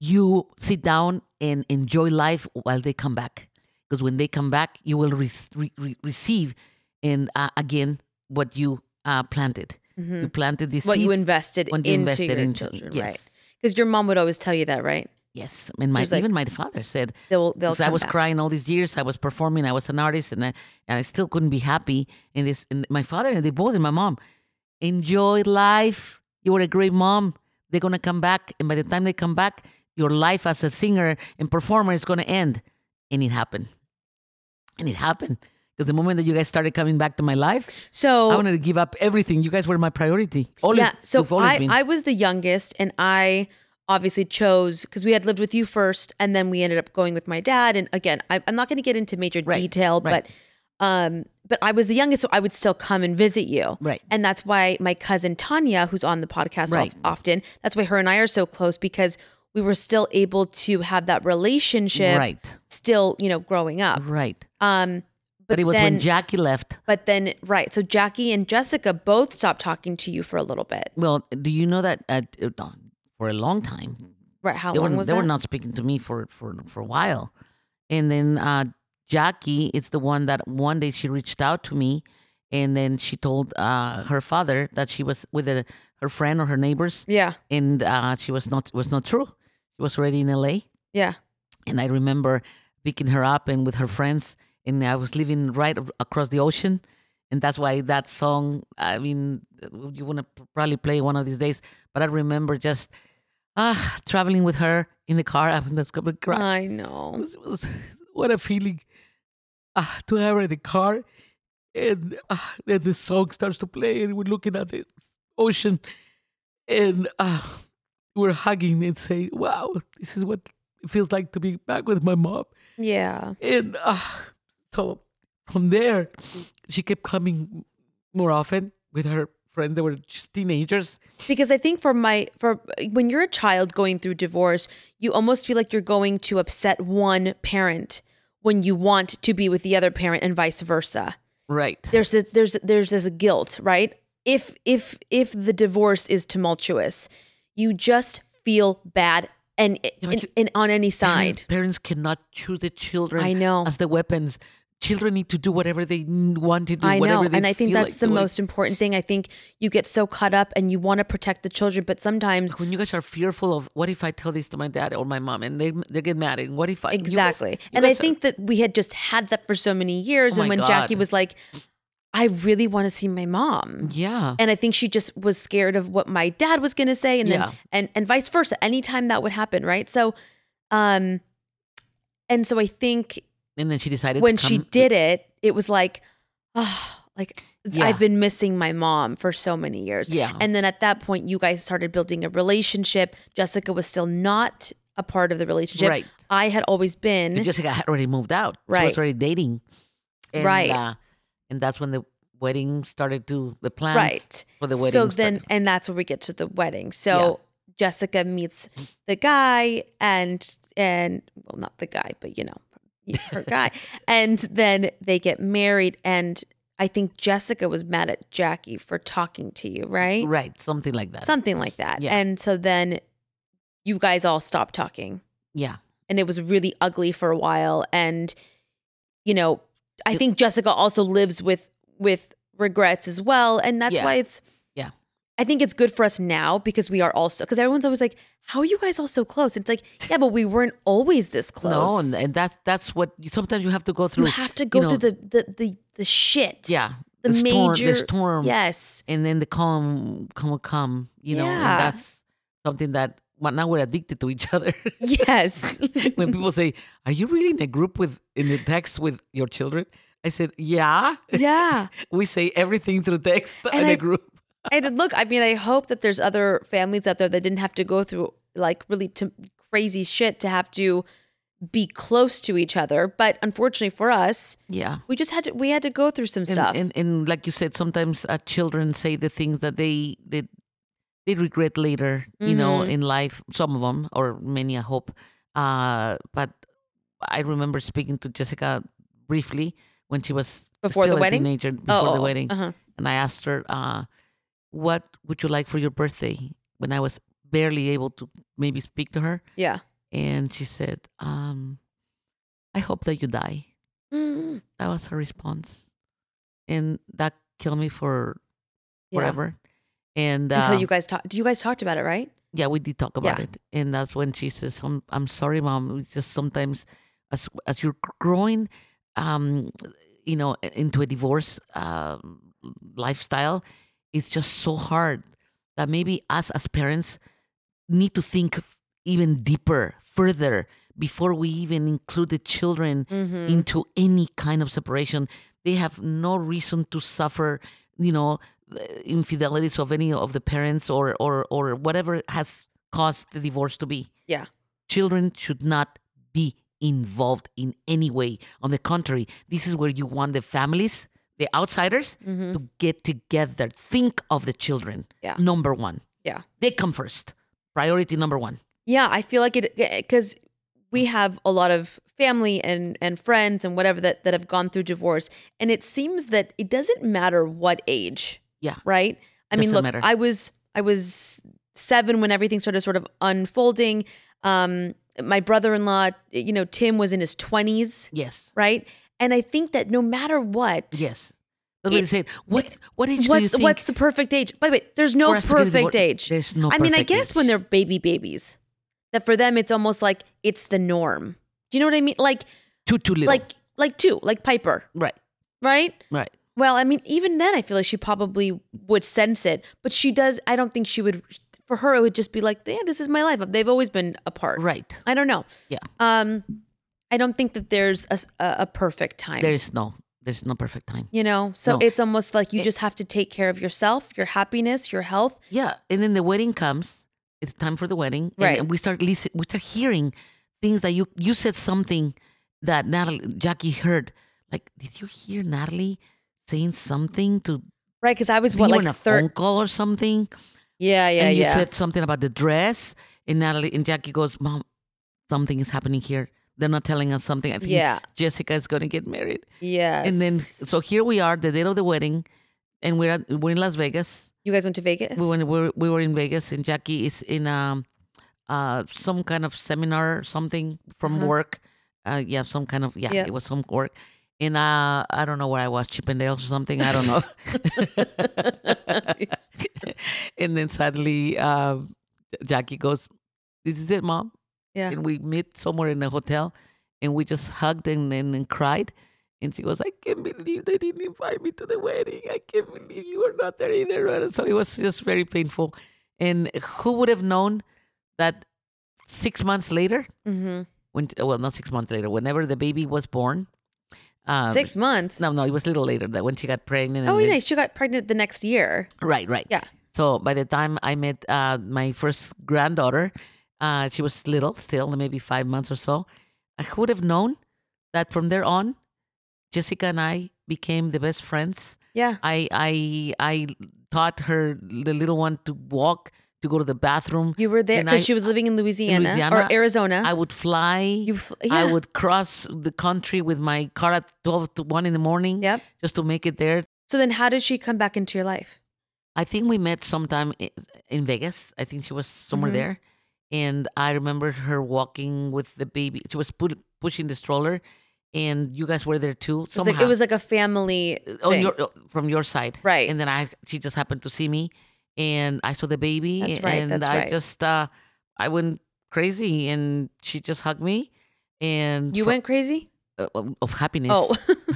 A: you sit down and enjoy life while they come back because when they come back you will re- re- re- receive and uh, again what you uh, planted you planted this
B: Mm-hmm. What you invested
A: when
B: into
A: you invested
B: your
A: into-
B: children,
A: yes.
B: right? Because your mom would always tell you that, right?
A: yes and my,
B: There's like-
A: even my father said
B: They'll they'll.
A: Because
B: come
A: I was
B: back.
A: crying all these years. I was performing. I was an artist, and I, and I still couldn't be happy. And this, and my father and they both and my mom, enjoy life. You were a great mom. They're gonna come back, and by the time they come back, your life as a singer and performer is gonna end. And it happened. And it happened because the moment that you guys started coming back to my life,
B: So
A: I wanted to give up everything. You guys were my priority. Always,
B: yeah, so
A: you've always
B: I,
A: been.
B: I was the youngest, and I obviously chose because we had lived with you first, and then we ended up going with my dad. And again, I, I'm not going to get into major
A: Right,
B: detail,
A: right.
B: but um, but I was the youngest, so I would still come and visit you,
A: Right.
B: And that's why my cousin Tanya, who's on the podcast
A: Right.
B: of- often, that's why her and I are so close because we were still able to have that relationship,
A: right, Mm-hmm.
B: Still, you know, growing up.
A: right.
B: Um,
A: But, it was when
B: then-
A: Jackie left.
B: but then right, so Jackie and Jessica both stopped talking to you for a little bit.
A: Well, do you know that uh, t- uh, for a long time
B: Right? How
A: they
B: long
A: were,
B: was
A: they
B: that?
A: were not speaking to me for for for a while and then uh jackie is the one that one day she reached out to me and then she told uh her father that she was with a, her friend or her neighbors
B: yeah,
A: and uh she was not was not true she was already in la
B: yeah.
A: and i remember picking her up and with her friends and i was living right a- across the ocean and that's why that song i mean you want to probably play one of these days but i remember just ah traveling with her in the car i'm just gonna cry
B: I
A: it
B: know.
A: was, it was- what a feeling ah, to have her in the car and ah, then the song starts to play and we're looking at the ocean and ah, we're hugging and saying wow this is what it feels like to be back with my mom
B: Yeah.
A: and ah, so from there she kept coming more often with her friends that were just teenagers
B: Because I think for my for when you're a child going through divorce, you almost feel like you're going to upset one parent when you want to be with the other parent and vice versa.
A: right
B: There's a, there's there's this guilt, right? If if if the divorce is tumultuous, you just feel bad and
A: but
B: and,
A: you-
B: and on any side.
A: Parents, parents cannot choose the children.
B: I know.
A: as the weapons. Children need to do whatever they n- want to do.
B: I know,
A: whatever they
B: and I think
A: feel
B: that's
A: like
B: the
A: doing.
B: most important thing. I think you get so caught up and you want to protect the children, but sometimes
A: When you guys are fearful of what if I tell this to my dad or my mom and they they get mad and what if I you guys-
B: Exactly.
A: you
B: and I
A: guys are-
B: think that we had just had that for so many years.
A: Oh
B: and
A: my
B: when Jackie
A: God.
B: was like, I really want to see my mom.
A: yeah,
B: And I think she just was scared of what my dad was going to say. And then,
A: Yeah.
B: and, and vice versa, anytime that would happen. Right. So, um, and so I think
A: and then she decided
B: when
A: to
B: she
A: come-
B: did it, it was like, oh, like
A: Yeah.
B: I've been missing my mom for so many years.
A: Yeah.
B: And then at that point, you guys started building a relationship. Jessica was still not a part of the relationship.
A: Right.
B: I had always been.
A: And Jessica had already moved out. She
B: Right.
A: was already dating. And,
B: Right.
A: Uh, and that's when the wedding started to the plans
B: right
A: for the wedding.
B: so then
A: started.
B: and that's where we get to the wedding so jessica meets the guy and and well not the guy but you know her guy and then they get married and i think jessica was mad at jackie for talking to you right,
A: right, something like that.
B: something like that
A: Yeah.
B: and so then you guys all stopped talking
A: Yeah.
B: and it was really ugly for a while and you know i think jessica also lives with with regrets as well and that's
A: Yeah.
B: why it's
A: Yeah.
B: i think it's good for us now because we are also because everyone's always like how are you guys all so close it's like yeah but we weren't always this close
A: No, and, and that's that's what you, sometimes you have to go
B: you
A: through.
B: have to go
A: know,
B: through the, the the the shit
A: yeah
B: the,
A: storm,
B: major
A: the storm,
B: yes
A: and then the calm, calm will come. You know,
B: Yeah.
A: and that's something that well, now we're addicted to each other.
B: yes
A: when people say, "Are you really in a group with in a text with your children?" I said, "Yeah."
B: yeah
A: We say everything through text
B: And
A: in
B: I-
A: a group.
B: I did look. I mean, I hope that there's other families out there that didn't have to go through like really t- crazy shit to have to be close to each other. But unfortunately for us,
A: Yeah.
B: we just had to we had to go through some
A: And,
B: stuff.
A: and and like you said, sometimes uh, children say the things that they they, they regret later, you know,
B: Mhm.
A: in life. Some of them, or many, I hope. Uh, but I remember speaking to Jessica briefly when she was
B: Before the
A: still a
B: wedding?
A: teenager before
B: Oh,
A: the
B: oh,
A: wedding,
B: uh-huh.
A: and I asked her, uh, "What would you like for your birthday?" When I was barely able to maybe speak to her,
B: Yeah.
A: and she said, um, "I hope that you die."
B: Mm,
A: That was her response, and that killed me for
B: yeah.
A: forever. And uh,
B: Until you guys talk, do you guys talked about it, right?
A: yeah, we did talk about
B: Yeah.
A: it, and that's when she says, "I'm, I'm sorry, mom. We just sometimes, as as you're growing, um, you know, into a divorce um, lifestyle, it's just so hard that maybe us as parents need to think even deeper, further." Before we even include the children
B: Mm.
A: into any kind of separation, they have no reason to suffer, you know, the infidelities of any of the parents or or or whatever has caused the divorce to be.
B: Yeah.
A: Children should not be involved in any way. On the contrary, this is where you want the families, the outsiders, to get together. Think of the children.
B: Mm-hmm. Yeah.
A: Number one.
B: Yeah.
A: They come first. Priority number one.
B: Yeah, I feel like it because we have a lot of family and and friends and whatever that that have gone through divorce, and it seems that it doesn't matter what age.
A: Yeah.
B: Right. I mean,
A: Doesn't
B: look,
A: matter.
B: I was I was seven when everything started sort of unfolding. Um, my brother in law, you know, Tim was in his twenties,
A: Yes.
B: right? And I think that no matter what,
A: Yes. Somebody
B: It-
A: said, "What? What age do you
B: what's
A: think?"
B: what's the perfect age? By the way, there's no
A: For us to get a
B: perfect
A: divor-
B: age.
A: there's no
B: I mean, I
A: perfect
B: guess
A: age.
B: when they're baby babies, that for them it's almost like it's the norm. Do you know what I mean? Like,
A: too too little.
B: like, like two, like Piper,
A: right,
B: right?
A: right.
B: Well, I mean, even then, I feel like she probably would sense it, but she does. I don't think she would. For her, it would just be like, "Yeah, this is my life. They've always been apart."
A: Right.
B: I don't know.
A: Yeah.
B: Um, I don't think that there's a, s- a- a perfect time.
A: There is no. There's no perfect time.
B: you know, so
A: No.
B: it's almost like you just have to take care of yourself, your happiness, your health,
A: Yeah, and then the wedding comes. It's time for the wedding, and-
B: Right.
A: And we start listen, we start hearing things that you you said something that Natalie Jackie heard. Like, did you hear Natalie saying something to
B: Right, because I was
A: you
B: what
A: were
B: like
A: on a phone
B: third.
A: call or something?
B: Yeah, yeah,
A: and you
B: yeah.
A: said something about the dress, and Natalie and Jackie goes, "Mom, something is happening here. They're not telling us something. I think
B: Yeah.
A: Jessica is going to get married."
B: yes.
A: And then so here we are, the date of the wedding, and we're at, we're in Las Vegas.
B: you guys went to Vegas.
A: we went, we were, we were in Vegas, and Jackie is in um, uh, some kind of seminar, or something from work. Uh, yeah, some kind of yeah,
B: Uh-huh. Yeah.
A: it was some work. And uh, I don't know where I was, Chippendales or something. I don't know. and then suddenly, uh, Jackie goes, "This is it, mom."
B: yeah.
A: And we meet somewhere in a hotel, and we just hugged and, and, and cried. And she goes, I can't believe they didn't invite me to the wedding. I can't believe you were not there either. So it was just very painful. And who would have known that six months later, uh,
B: hmm
A: when well, not six months later, whenever the baby was born, um,
B: Six months.
A: No, no, it was a little later that when she got pregnant. and
B: oh,
A: then-
B: yeah. She got pregnant the next year.
A: Right, right.
B: Yeah.
A: So by the time I met uh, my first granddaughter, uh, she was little still, maybe five months or so. I would have known that from there on, Jessica and I became the best friends.
B: Yeah.
A: I I I taught her the little one to walk, to go to the bathroom.
B: You were there
A: And
B: because
A: I-
B: she was living in Louisiana,
A: Louisiana,
B: or Arizona.
A: I would fly.
B: you, fl-
A: I
B: yeah.
A: would cross the country with my car at twelve to one in the morning,
B: Yep.
A: just to make it there.
B: So then, how did she come back into your life?
A: I think we met sometime i- in Vegas. I think she was somewhere
B: Mhm.
A: there, and I remember her walking with the baby. She was pu- pushing the stroller, and you guys were there too.
B: It's like-
A: Somehow,
B: it was like a family.
A: on
B: thing.
A: your from your side,
B: Right.
A: And then I she just happened to see me, and I saw the baby.
B: That's right,
A: And
B: that's
A: I
B: right.
A: just uh, I went crazy, and she just hugged me, and
B: you
A: fro-
B: went crazy.
A: uh, of- of happiness.
B: Oh,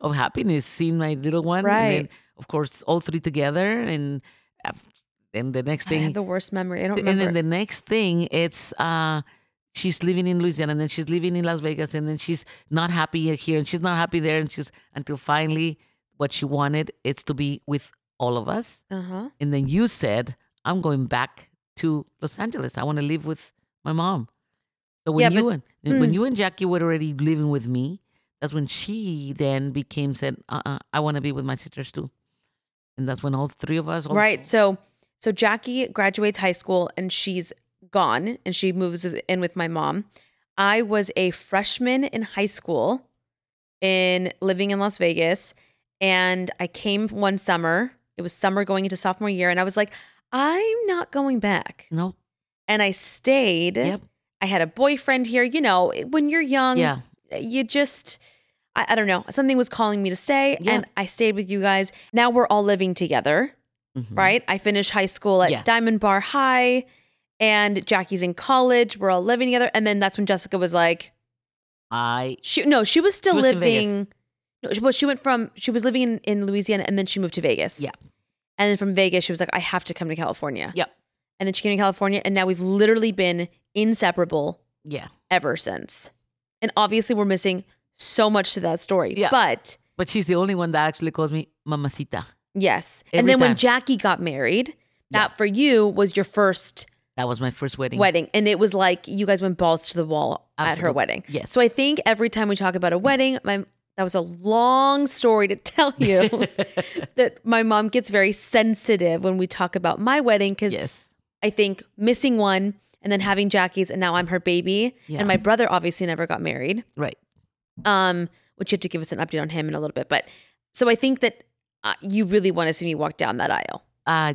A: of happiness seeing my little one. And
B: Right.
A: then, of course, all three together, and af- and the next
B: I
A: thing
B: had the worst memory. I don't
A: and
B: remember.
A: then the next thing, it's uh, she's living in Louisiana, and then she's living in Las Vegas, and then she's not happy here, and she's not happy there, and she's until finally, what she wanted is to be with all of us.
B: uh huh.
A: And then you said, "I'm going back to Los Angeles. I want to live with my mom." So when
B: Yeah,
A: you
B: but-
A: and when
B: Mm.
A: you and Jackie were already living with me, that's when she then became said, "Uh-uh, I want to be with my sisters too." And that's when all three of us, all
B: Right. So, so Jackie graduates high school and she's gone, and she moves with, in with my mom. I was a freshman in high school, in living in Las Vegas, and I came one summer. It was summer going into sophomore year, and I was like, I'm not going back.
A: no,
B: And I stayed.
A: Yep.
B: I had a boyfriend here. You know, when you're young,
A: yeah,
B: you just I, I don't know something was calling me to stay
A: Yeah.
B: and i stayed with you guys now we're all living together
A: Mhm.
B: right i finished high school at
A: Yeah.
B: diamond bar high and jackie's in college we're all living together and then that's when jessica was like
A: I
B: she no she was still
A: She was in Vegas.
B: living no, she- well she went from she was living in, in louisiana and then she moved to vegas
A: Yeah.
B: and then from vegas she was like i have to come to california
A: Yep.
B: and then she came to california and now we've literally been inseparable
A: yeah.
B: ever since. And obviously, we're missing so much to that story.
A: Yeah.
B: But
A: But she's the only one that actually calls me mamacita.
B: yes.
A: Every
B: and then
A: time.
B: when Jackie got married, that for you was your first
A: That was my first wedding.
B: wedding. And it was like you guys went balls to the wall at her
A: Absolute-
B: wedding.
A: yes.
B: So I think every time we talk about a wedding, my that was a long story to tell you that my mom gets very sensitive when we talk about my wedding because
A: Yes.
B: I think missing one and then having Jackie's and now I'm her baby.
A: Yeah.
B: And my brother obviously never got married.
A: Right.
B: um, which you have to give us an update on him in a little bit. But so I think that uh, you really want to see me walk down that aisle,
A: Uh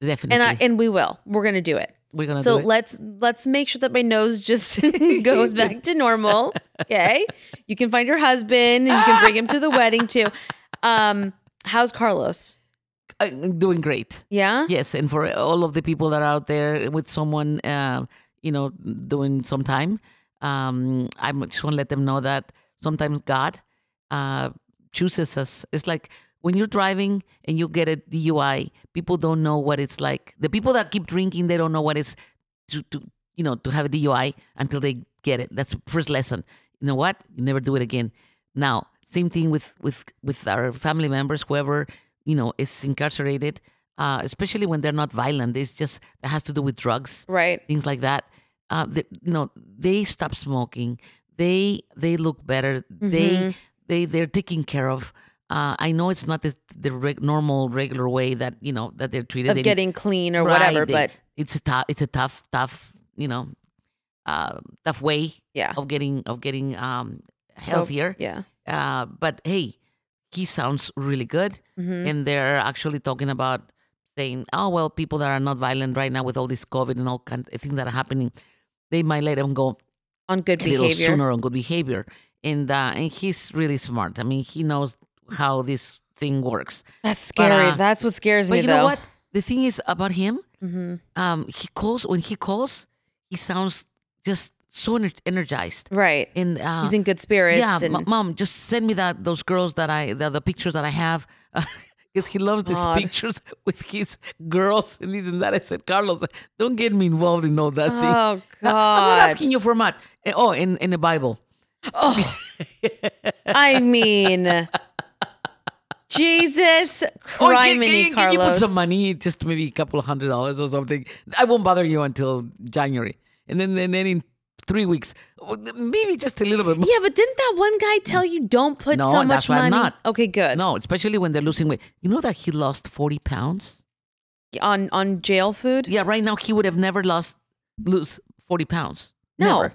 A: definitely.
B: and I, and we will. We're gonna do it.
A: we're gonna
B: So
A: do it.
B: let's let's make sure that my nose just goes back to normal. Okay, you can find your husband, and you can bring him to the wedding too. Um, how's Carlos?
A: Uh, doing great.
B: Yeah,
A: Yes, and for all of the people that are out there with someone, uh, you know, doing some time, um, I just want to let them know that sometimes God uh, chooses us. It's like when you're driving and you get a DUI, people don't know what it's like. The people that keep drinking, they don't know what it's to, to you know, to have a DUI until they get it. That's the first lesson. You know what? You never do it again. Now, same thing with with with our family members, whoever you know is incarcerated, uh, especially when they're not violent. It's just that has to do with drugs,
B: right.
A: things like that. Uh, the, you know, they stop smoking. They they look better.
B: Mm-hmm.
A: They they they're taken care of. Uh, I know it's not the, the reg- normal regular way that you know that they're treated
B: Of
A: They-
B: getting clean or
A: Right,
B: whatever,
A: they-
B: but
A: it's a tough, it's a tough, tough, you know, uh, tough way
B: yeah,
A: of getting of getting um,
B: So,
A: healthier.
B: yeah.
A: Uh, but hey, he sounds really good,
B: Mhm.
A: and they're actually talking about saying, oh well, people that are not violent right now with all this COVID and all kinds of things that are happening, they might let them go
B: On good
A: a little
B: behavior.
A: sooner on good behavior. And uh, and he's really smart. I mean, he knows how this thing works.
B: That's
A: But,
B: scary.
A: uh,
B: That's what scares
A: But
B: me,
A: you
B: though.
A: know what? The thing is about him
B: hmm
A: um, he calls when he calls, he sounds just so ener- energized.
B: Right.
A: And uh,
B: Mm-hmm. He's in good spirits.
A: yeah,
B: and-
A: "M- mom, just send me that those girls that I the, the pictures that I have. Because he loves these
B: God.
A: pictures with his girls and this and that. I said, Carlos, don't get me involved in all that thing.
B: Oh
A: I- I'm not
B: God!
A: asking you for much. Eh, Oh, in in the Bible. Oh,
B: I mean, Jesus
A: Oh,
B: Christ,
A: can, can- can you put
B: Carlos.
A: some money, just maybe a couple of hundred dollars or something? I won't bother you until January, and then and then in three weeks, oh, maybe just a little bit more.
B: Yeah, but didn't that one guy tell you don't put
A: No,
B: so
A: and
B: much
A: that's why I'm
B: money?
A: not.
B: Okay, good.
A: No, especially when they're losing weight. You know that he lost 40 pounds?
B: On on jail food.
A: Yeah, right now he would have never lost lose 40 pounds.
B: No.
A: Never.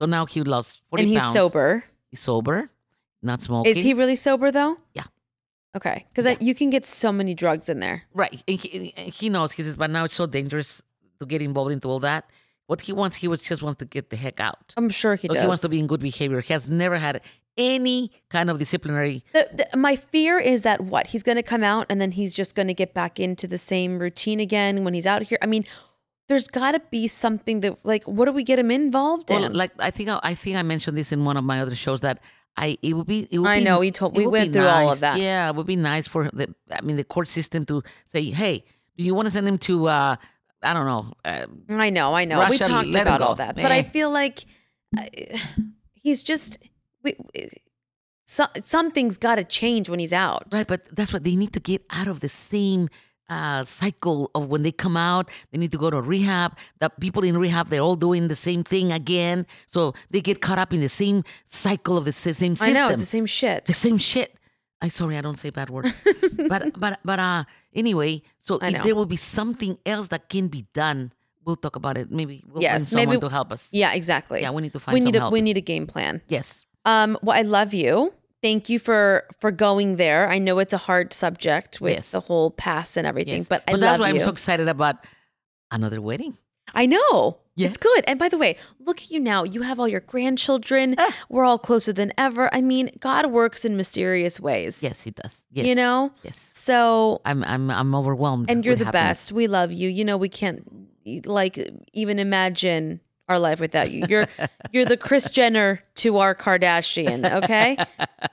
A: So now he lost 40
B: and he's
A: pounds.
B: sober.
A: He's sober, not smoking.
B: Is he really sober though?
A: Yeah.
B: Okay, because
A: Yeah.
B: you can get so many drugs in there.
A: Right. And he, and he knows. He says, but now it's so dangerous to get involved into all that. What he wants, he was just wants to get the heck out.
B: I'm sure he
A: Like,
B: does.
A: wants to be in good behavior. He has never had any kind of disciplinary.
B: The, the, my fear is that what he's going to come out and then he's just going to get back into the same routine again when he's out here. I mean, there's got to be something that like, what do we get him involved in?
A: Well, like I think I, I think I mentioned this in one of my other shows that I it would be. It would
B: I
A: be-
B: know, we told-
A: it
B: we
A: would
B: went
A: be
B: through all of
A: nice.
B: that.
A: Yeah, it would be nice for the. I mean, the court system to say, hey, do you want to send him to? uh I don't know. Uh,
B: I know, I know. we
A: Russia,
B: talked
A: let him
B: about all
A: go.
B: that, but I
A: Eh.
B: feel like uh, he's just we, so, something's got to change when he's out.
A: Right, but that's what they need to get out of the same uh, cycle of when they come out, they need to go to rehab. The people in rehab, they're all doing the same thing again. So they get caught up in the same cycle of the sa- same system.
B: I know it's the same shit.
A: The same shit. I sorry, I don't say bad words. but but but uh anyway, so
B: I
A: if
B: know.
A: there will be something else that can be done, we'll talk about it. Maybe we'll
B: Yes,
A: find someone
B: maybe-
A: to help us.
B: yeah, exactly.
A: Yeah, we need to find
B: we need a
A: some help.
B: we need a game plan.
A: Yes.
B: Um, well, I love you. Thank you for for going there. I know it's a hard subject with
A: Yes.
B: the whole pass and everything,
A: yes.
B: but I
A: that's
B: love
A: why
B: you.
A: I'm so excited about another wedding.
B: I know. It's
A: Yes.
B: good. And by the way, look at you now. You have all your grandchildren.
A: Ah.
B: We're all closer than ever. I mean, God works in mysterious ways.
A: Yes, it does. Yes.
B: You know?
A: Yes.
B: So,
A: I'm I'm I'm overwhelmed.
B: and you're
A: with
B: the
A: happiness.
B: best. We love you. You know, we can't like even imagine our life without you. You're you're the Chris Jenner to our Kardashian, okay?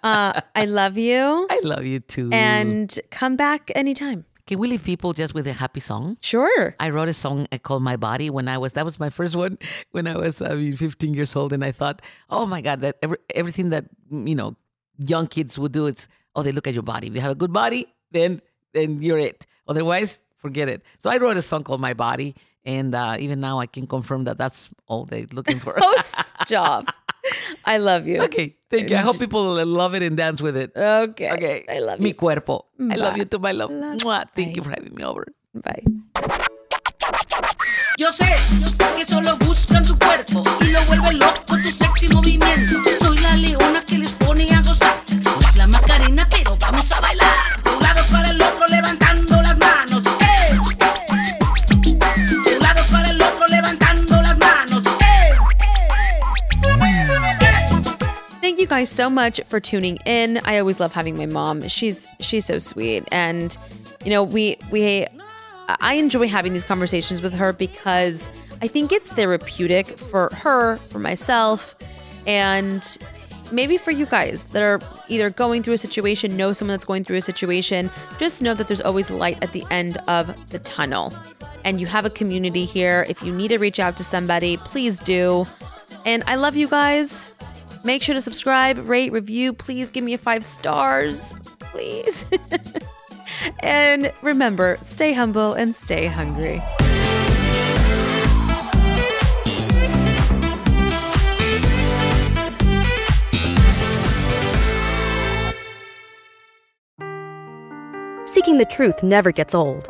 B: Uh, I love you.
A: I love you too.
B: and come back anytime.
A: can we leave people just with a happy song?
B: Sure.
A: I wrote a song uh, called "My Body" when I was that was my first one when I was I mean 15 years old, and I thought, oh my god, that every, everything that mm, you know young kids would do, it's oh they look at your body. If you have a good body, then then you're it. Otherwise, forget it. So I wrote a song called "My Body," and uh, even now I can confirm that that's all they're looking for.
B: Post job. Oh, I love you.
A: okay, thank you. I hope people love it and dance with it.
B: Okay.
A: Okay.
B: I love you.
A: Mi cuerpo. I love
B: Bye.
A: you too, my love.
B: Love.
A: Mwah. Thank you
B: Bye.
A: for having me over.
B: Bye.
D: Yo sé que solo buscan tu cuerpo y lo vuelven loco tu sexy movimiento. Soy la leona que les pone a gozar. No es la macarena, pero vamos a bailar. De un lado para el otro levantando las manos. ¡Eh! De un lado para el otro levantando las manos. ¡Eh!
B: Thank you guys so much for tuning in. I always love having my mom. She's she's so sweet, and you know we we I enjoy having these conversations with her because I think it's therapeutic for her, for myself, and maybe for you guys that are either going through a situation, know someone that's going through a situation. Just know that there's always light at the end of the tunnel, and you have a community here. If you need to reach out to somebody, please do. And I love you guys. Make sure to subscribe, rate, review. Please give me a five stars, please. and remember, stay humble and stay hungry.
E: Seeking the truth never gets old.